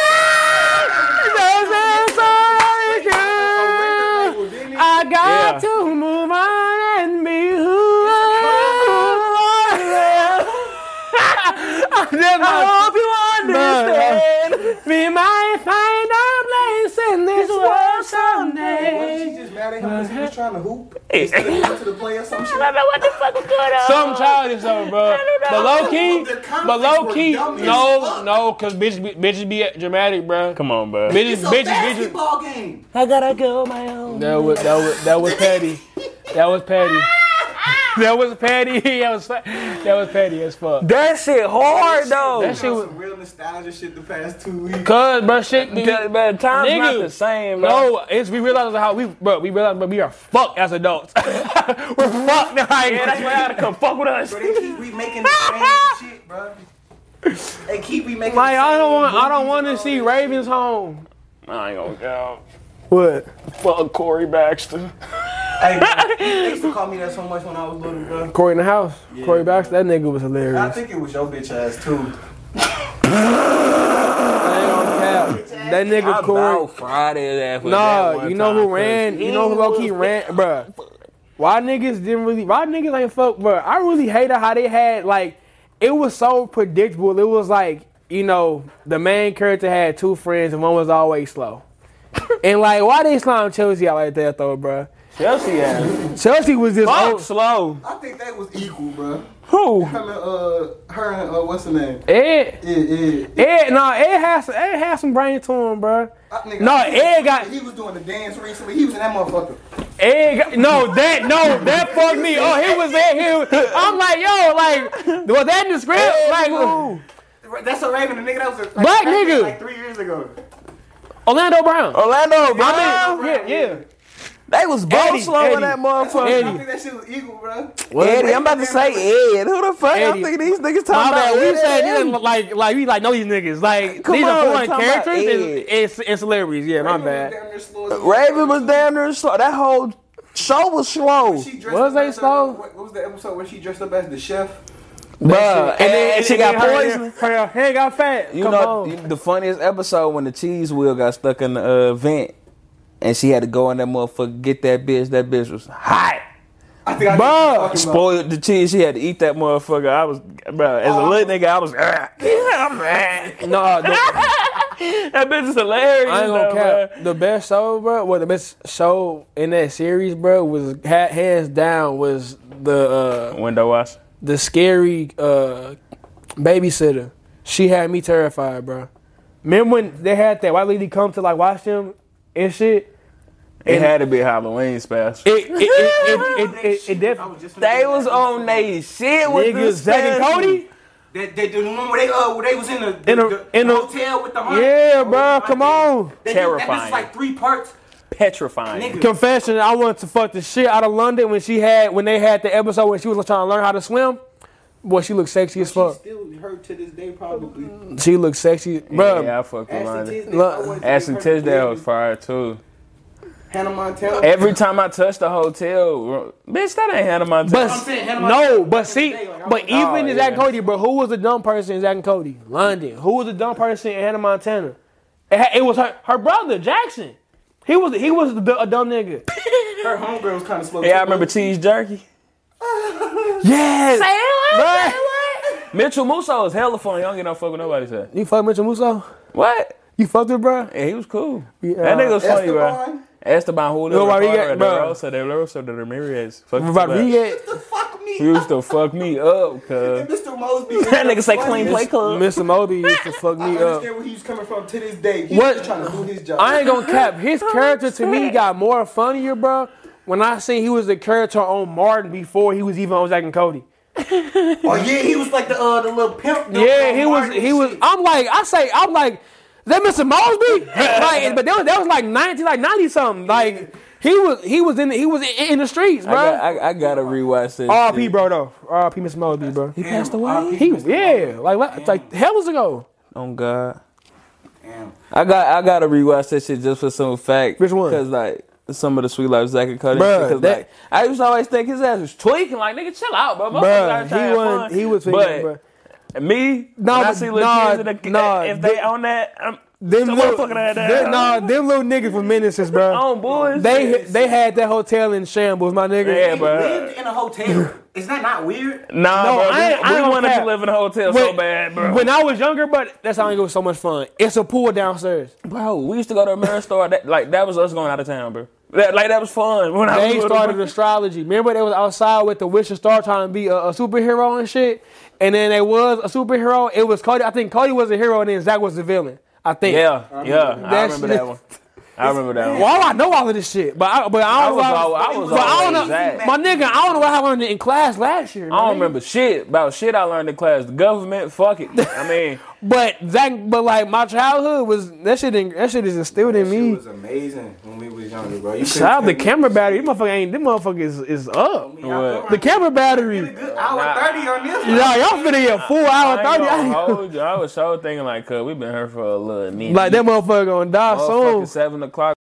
[SPEAKER 1] it. This is all I do. I got
[SPEAKER 2] Yeah.
[SPEAKER 1] to move on and be who I am." That's
[SPEAKER 2] I
[SPEAKER 1] my-
[SPEAKER 2] hope you
[SPEAKER 1] Bruh.
[SPEAKER 2] understand.
[SPEAKER 1] Be my final place
[SPEAKER 6] child ain't helping. He was trying to hoop.
[SPEAKER 4] I
[SPEAKER 6] Go to the play or some shit.
[SPEAKER 4] don't know what the fuck was going on.
[SPEAKER 1] Some childish though, bro. But low key, but low key, no, no, cause bitches, be, bitches be dramatic, bro.
[SPEAKER 4] Come on, bro.
[SPEAKER 1] Bitches,
[SPEAKER 6] It's a
[SPEAKER 1] bitches, bitches.
[SPEAKER 6] basketball game.
[SPEAKER 4] I gotta go my own.
[SPEAKER 1] That was that was that was petty. That was petty. That was petty. That was fa- that was petty as fuck.
[SPEAKER 4] That shit hard though.
[SPEAKER 1] That shit was
[SPEAKER 6] Some real nostalgia shit the past two weeks.
[SPEAKER 1] cause bro shit. be-
[SPEAKER 4] Cause, man, time's not
[SPEAKER 1] Nigga.
[SPEAKER 4] the same, bro.
[SPEAKER 1] No, it's we realize how we bro we realize bro, we are fucked as adults. We're fucked. Like,
[SPEAKER 4] Yeah, that's why y'all gotta come fuck with us.
[SPEAKER 6] But they keep remaking the same shit, bro. They keep remaking.
[SPEAKER 1] like
[SPEAKER 6] the same
[SPEAKER 1] I don't want I don't
[SPEAKER 6] movies
[SPEAKER 1] want to
[SPEAKER 6] and all
[SPEAKER 1] see
[SPEAKER 6] that.
[SPEAKER 1] Ravens home.
[SPEAKER 4] I ain't gonna go.
[SPEAKER 1] What?
[SPEAKER 4] Fuck Corey Baxter.
[SPEAKER 6] Hey, bro, they used to call me that so much when I was little, bro.
[SPEAKER 1] Corey in the house. Corey Baxter. That nigga was hilarious.
[SPEAKER 6] I think it was your bitch ass too.
[SPEAKER 1] That nigga Corey.
[SPEAKER 4] Friday after
[SPEAKER 1] Nah, you know who ran? You know who low key ran, bruh. Why niggas didn't really? Why niggas ain't fuck, bruh? I really hated how they had like, it was so predictable. It was like, you know, the main character had two friends and one was always slow. and like, why they slime Chelsea out like that though, bruh?
[SPEAKER 4] Chelsea ass.
[SPEAKER 1] Chelsea was just
[SPEAKER 4] Fuck
[SPEAKER 1] old.
[SPEAKER 4] slow.
[SPEAKER 6] I think that was equal, bro.
[SPEAKER 1] Who?
[SPEAKER 6] Her, and, uh, her and uh, what's her name?
[SPEAKER 1] Ed,
[SPEAKER 6] Yeah, yeah.
[SPEAKER 1] Ed, no, Ed has, Ed has some brain to him, bruh.
[SPEAKER 6] I- nigga,
[SPEAKER 1] No,
[SPEAKER 6] I-
[SPEAKER 1] Ed got-
[SPEAKER 6] He was doing the dance recently. He was in that motherfucker.
[SPEAKER 1] Egg, no, that, no, that fucked me. Oh, he was that here. I'm like, yo, like, was that in the script? Like,
[SPEAKER 6] That's a Raven, the nigga that was a, like,
[SPEAKER 1] Black
[SPEAKER 6] back
[SPEAKER 1] nigga.
[SPEAKER 6] like three years ago.
[SPEAKER 1] Orlando Brown.
[SPEAKER 2] Orlando, bro.
[SPEAKER 1] I mean, yeah, yeah.
[SPEAKER 2] they was both
[SPEAKER 1] Eddie,
[SPEAKER 2] slow
[SPEAKER 1] Eddie,
[SPEAKER 2] in that motherfucker.
[SPEAKER 1] Eddie.
[SPEAKER 6] I think that shit was equal, bro.
[SPEAKER 2] Eddie, I'm about to say Ed. Who the fuck?
[SPEAKER 1] Eddie.
[SPEAKER 2] I'm thinking these niggas
[SPEAKER 1] My
[SPEAKER 2] talking
[SPEAKER 1] bad.
[SPEAKER 2] about.
[SPEAKER 1] We
[SPEAKER 2] Ed,
[SPEAKER 1] said
[SPEAKER 2] Eddie.
[SPEAKER 1] these are like, like we like know these niggas. Like
[SPEAKER 2] Come
[SPEAKER 1] these
[SPEAKER 2] on,
[SPEAKER 1] are
[SPEAKER 2] we're
[SPEAKER 1] foreign
[SPEAKER 2] talking about
[SPEAKER 1] characters and,
[SPEAKER 2] Ed.
[SPEAKER 1] and, and celebrities. Yeah, my bad.
[SPEAKER 6] Damn near slow as-
[SPEAKER 2] Raven was damn near slow. That whole show was slow,
[SPEAKER 6] She dressed
[SPEAKER 1] Was
[SPEAKER 6] up
[SPEAKER 1] they
[SPEAKER 6] as, uh,
[SPEAKER 1] slow?
[SPEAKER 6] What, what was the episode where she dressed up as the chef?
[SPEAKER 2] bro. And then she got
[SPEAKER 1] her-
[SPEAKER 2] poisoned.
[SPEAKER 1] Her, her head got fat.
[SPEAKER 2] You
[SPEAKER 1] Come
[SPEAKER 2] know
[SPEAKER 1] on.
[SPEAKER 2] the funniest episode when the cheese wheel got stuck in the uh, vent, and she had to go in that motherfucker get that bitch. That bitch was hot.
[SPEAKER 6] I think I know what you're
[SPEAKER 2] Bro,
[SPEAKER 6] talking about.
[SPEAKER 2] spoiled the cheese. She had to eat that motherfucker. I was, bro, as a little nigga, I was, "Ugh." yeah, I'm mad.
[SPEAKER 1] No, the,
[SPEAKER 4] That bitch is hilarious.
[SPEAKER 1] I ain't
[SPEAKER 4] though,
[SPEAKER 1] gonna cap.
[SPEAKER 4] bruh.
[SPEAKER 1] The best show, bro. Well, the best show in that series, bro, was ha- hands down was the. uh
[SPEAKER 4] Window wash.
[SPEAKER 1] the scary uh, babysitter. She had me terrified, bro. Remember when they had that white lady come to like watch them and shit?
[SPEAKER 4] It had to be Halloween special.
[SPEAKER 1] It it it it, it, it, it
[SPEAKER 6] I
[SPEAKER 1] definitely.
[SPEAKER 6] was just finna
[SPEAKER 2] They
[SPEAKER 6] say
[SPEAKER 2] was
[SPEAKER 6] that.
[SPEAKER 2] on they shit with
[SPEAKER 1] Niggas,
[SPEAKER 2] this
[SPEAKER 1] Zach and
[SPEAKER 2] special.
[SPEAKER 1] Cody.
[SPEAKER 6] That they, the one where they uh where they was in the the-
[SPEAKER 1] In a-
[SPEAKER 6] the,
[SPEAKER 1] in a-
[SPEAKER 6] hotel with the hunt.
[SPEAKER 1] Yeah, bruh, come on.
[SPEAKER 6] They, That,
[SPEAKER 4] Terrifying.
[SPEAKER 6] is like three parts.
[SPEAKER 4] Petrifying.
[SPEAKER 6] Nigga,
[SPEAKER 1] Confession: I wanted to fuck the shit out of London when she had when they had the episode when she was trying to learn how to swim. Boy, she looked sexy as
[SPEAKER 6] she's
[SPEAKER 1] fuck.
[SPEAKER 6] still hurt to this day probably.
[SPEAKER 1] She looked sexy, bro.
[SPEAKER 4] Yeah, I fuck with
[SPEAKER 6] Ashley
[SPEAKER 4] mine.
[SPEAKER 6] Tisdale.
[SPEAKER 1] Look,
[SPEAKER 6] I wanted to
[SPEAKER 4] Ashley
[SPEAKER 6] be her
[SPEAKER 4] Tisdale was
[SPEAKER 6] baby.
[SPEAKER 4] fire too.
[SPEAKER 6] Hannah Montana.
[SPEAKER 1] Eh.
[SPEAKER 4] Every time I touch the hotel, ro- bitch, that ain't Hannah Montana.
[SPEAKER 1] But
[SPEAKER 6] I'm saying, Hannah
[SPEAKER 1] no,
[SPEAKER 6] Montana
[SPEAKER 1] but
[SPEAKER 6] back in
[SPEAKER 1] see,
[SPEAKER 6] the day, like, I
[SPEAKER 1] but
[SPEAKER 6] was-
[SPEAKER 1] even
[SPEAKER 4] Oh,
[SPEAKER 1] in Zach and
[SPEAKER 4] yeah.
[SPEAKER 1] Cody, bro, who was the dumb person in Zach and Cody? London. Who was the dumb person in Hannah Montana? It, ha- it was her, her brother Jackson. He was he was the, a dumb nigga.
[SPEAKER 6] her homegirl was kind of slow.
[SPEAKER 4] yeah, I remember cheese jerky.
[SPEAKER 1] Yes. Bruh.
[SPEAKER 4] Mitchell Musso is hella funny. I don't get no fuck with nobody said.
[SPEAKER 1] You fuck Mitchell Musso?
[SPEAKER 4] What?
[SPEAKER 1] You fucked with bro?
[SPEAKER 4] Yeah, he was cool.
[SPEAKER 1] Yeah.
[SPEAKER 4] That nigga was funny, bro.
[SPEAKER 6] Esteban.
[SPEAKER 4] Esteban Julio
[SPEAKER 1] Yo, why we
[SPEAKER 4] Ricardo
[SPEAKER 1] got-
[SPEAKER 4] de
[SPEAKER 1] bro.
[SPEAKER 4] Rosa de Rosa de Ramirez. Fuck you, bro.
[SPEAKER 1] Rodriguez,
[SPEAKER 6] Fuck me.
[SPEAKER 4] He used to fuck me up, cuz.
[SPEAKER 6] Mr. Mosby.
[SPEAKER 4] That nigga say clean play club.
[SPEAKER 1] Mr. Moby used to fuck
[SPEAKER 6] I
[SPEAKER 1] me up.
[SPEAKER 6] understand where he's coming from to this day. He's
[SPEAKER 1] What-
[SPEAKER 6] what? trying to do his job.
[SPEAKER 1] I ain't gonna cap. His character to me got more funnier, bro. When I seen he was the character on Martin before he was even on Zach and Cody.
[SPEAKER 6] oh yeah, he was like the uh the little pimp. the uh,
[SPEAKER 1] Yeah,
[SPEAKER 6] little
[SPEAKER 1] he was.
[SPEAKER 6] Martin
[SPEAKER 1] He was.
[SPEAKER 6] shit.
[SPEAKER 1] I'm like, I say, I'm like, is that Mr. Mosby? like, but that was that was like ninety, like ninety something. Like he was, he was in, the, he was in, in the streets,
[SPEAKER 2] I, got,
[SPEAKER 1] bro.
[SPEAKER 2] I, I gotta rewatch this.
[SPEAKER 1] R.P.
[SPEAKER 2] shit.
[SPEAKER 1] bro, though. R.P. Mr. Mosby, bro. He
[SPEAKER 6] Damn, R.I.P.
[SPEAKER 1] He,
[SPEAKER 6] Mr.
[SPEAKER 1] yeah, like like, like hell ago.
[SPEAKER 2] Oh God,
[SPEAKER 6] Damn.
[SPEAKER 2] I got I gotta rewatch that shit just for some fact.
[SPEAKER 1] Which one?
[SPEAKER 2] Because like some of the Sweet Life Zach and Cody.
[SPEAKER 1] Bruh,
[SPEAKER 2] Because
[SPEAKER 1] that-
[SPEAKER 2] like I used to always think his ass was tweaking. Like nigga, chill out, bro.
[SPEAKER 1] Bro,
[SPEAKER 2] Motherfuckers
[SPEAKER 1] he was, he was,
[SPEAKER 2] But-
[SPEAKER 1] but bro.
[SPEAKER 4] Me?
[SPEAKER 1] Nah,
[SPEAKER 4] when I
[SPEAKER 1] but-
[SPEAKER 4] see little
[SPEAKER 1] nah,
[SPEAKER 4] kids in the,
[SPEAKER 1] nah,
[SPEAKER 4] if they
[SPEAKER 1] they-
[SPEAKER 4] on that, I'm
[SPEAKER 2] um,
[SPEAKER 1] Them
[SPEAKER 4] So
[SPEAKER 1] little,
[SPEAKER 4] motherfucking had that.
[SPEAKER 1] them, nah, them little niggas were menaces, bro.
[SPEAKER 4] on boys.
[SPEAKER 1] They they had that hotel in shambles, my nigga.
[SPEAKER 4] Yeah,
[SPEAKER 6] He
[SPEAKER 4] bro.
[SPEAKER 6] lived in a hotel. Is that not weird?
[SPEAKER 4] nah,
[SPEAKER 1] No,
[SPEAKER 4] bro.
[SPEAKER 1] I ain't-
[SPEAKER 4] we
[SPEAKER 1] I ain't
[SPEAKER 4] we
[SPEAKER 1] gonna
[SPEAKER 4] wanted
[SPEAKER 1] cap.
[SPEAKER 4] to live in a hotel so
[SPEAKER 1] When-
[SPEAKER 4] bad, bro.
[SPEAKER 1] When I was younger, but that's how I go so much fun. It's a pool downstairs.
[SPEAKER 4] bro, we used to go to a mirror store. That, like, that was us going out of town, bro.
[SPEAKER 2] That, like that was fun. When I was
[SPEAKER 1] They
[SPEAKER 2] little.
[SPEAKER 1] started astrology. Remember they was outside with the wishing star trying to be a, a superhero and shit. And then they was a superhero. It was Cody. I think Cody was a hero and then Zach was the villain. I think.
[SPEAKER 2] Yeah, yeah. I
[SPEAKER 1] That's-
[SPEAKER 2] remember that one. I remember that one.
[SPEAKER 1] Well, I know all of this shit, but I, but I
[SPEAKER 2] I
[SPEAKER 1] don't
[SPEAKER 2] was
[SPEAKER 1] know.
[SPEAKER 2] al- I was
[SPEAKER 1] but I don't know,
[SPEAKER 2] always Zach.
[SPEAKER 1] my nigga. I don't know what happened in class last year.
[SPEAKER 2] I don't remember shit about shit I learned in class. The government, fuck it. I mean,
[SPEAKER 1] But Zach, but like my childhood was that shit. did that shit is instilled in
[SPEAKER 3] It
[SPEAKER 1] me.
[SPEAKER 3] was amazing when we was younger, bro. You
[SPEAKER 1] Shout out the
[SPEAKER 3] couldn't-
[SPEAKER 1] camera battery. This motherfucker ain't. This motherfucker is, is up.
[SPEAKER 2] What?
[SPEAKER 1] The camera battery.
[SPEAKER 3] Good hour thirty on this. one.
[SPEAKER 1] Y'all, y'all finna get full hour
[SPEAKER 2] Oh, I, ain't
[SPEAKER 1] thirty.
[SPEAKER 2] gonna
[SPEAKER 1] I ain't-
[SPEAKER 2] hold you. I was so thinking like, cuz we've been here for a little minute.
[SPEAKER 1] Like that motherfucker gonna die
[SPEAKER 2] Motherfucking
[SPEAKER 1] soon.
[SPEAKER 2] seven o'clock.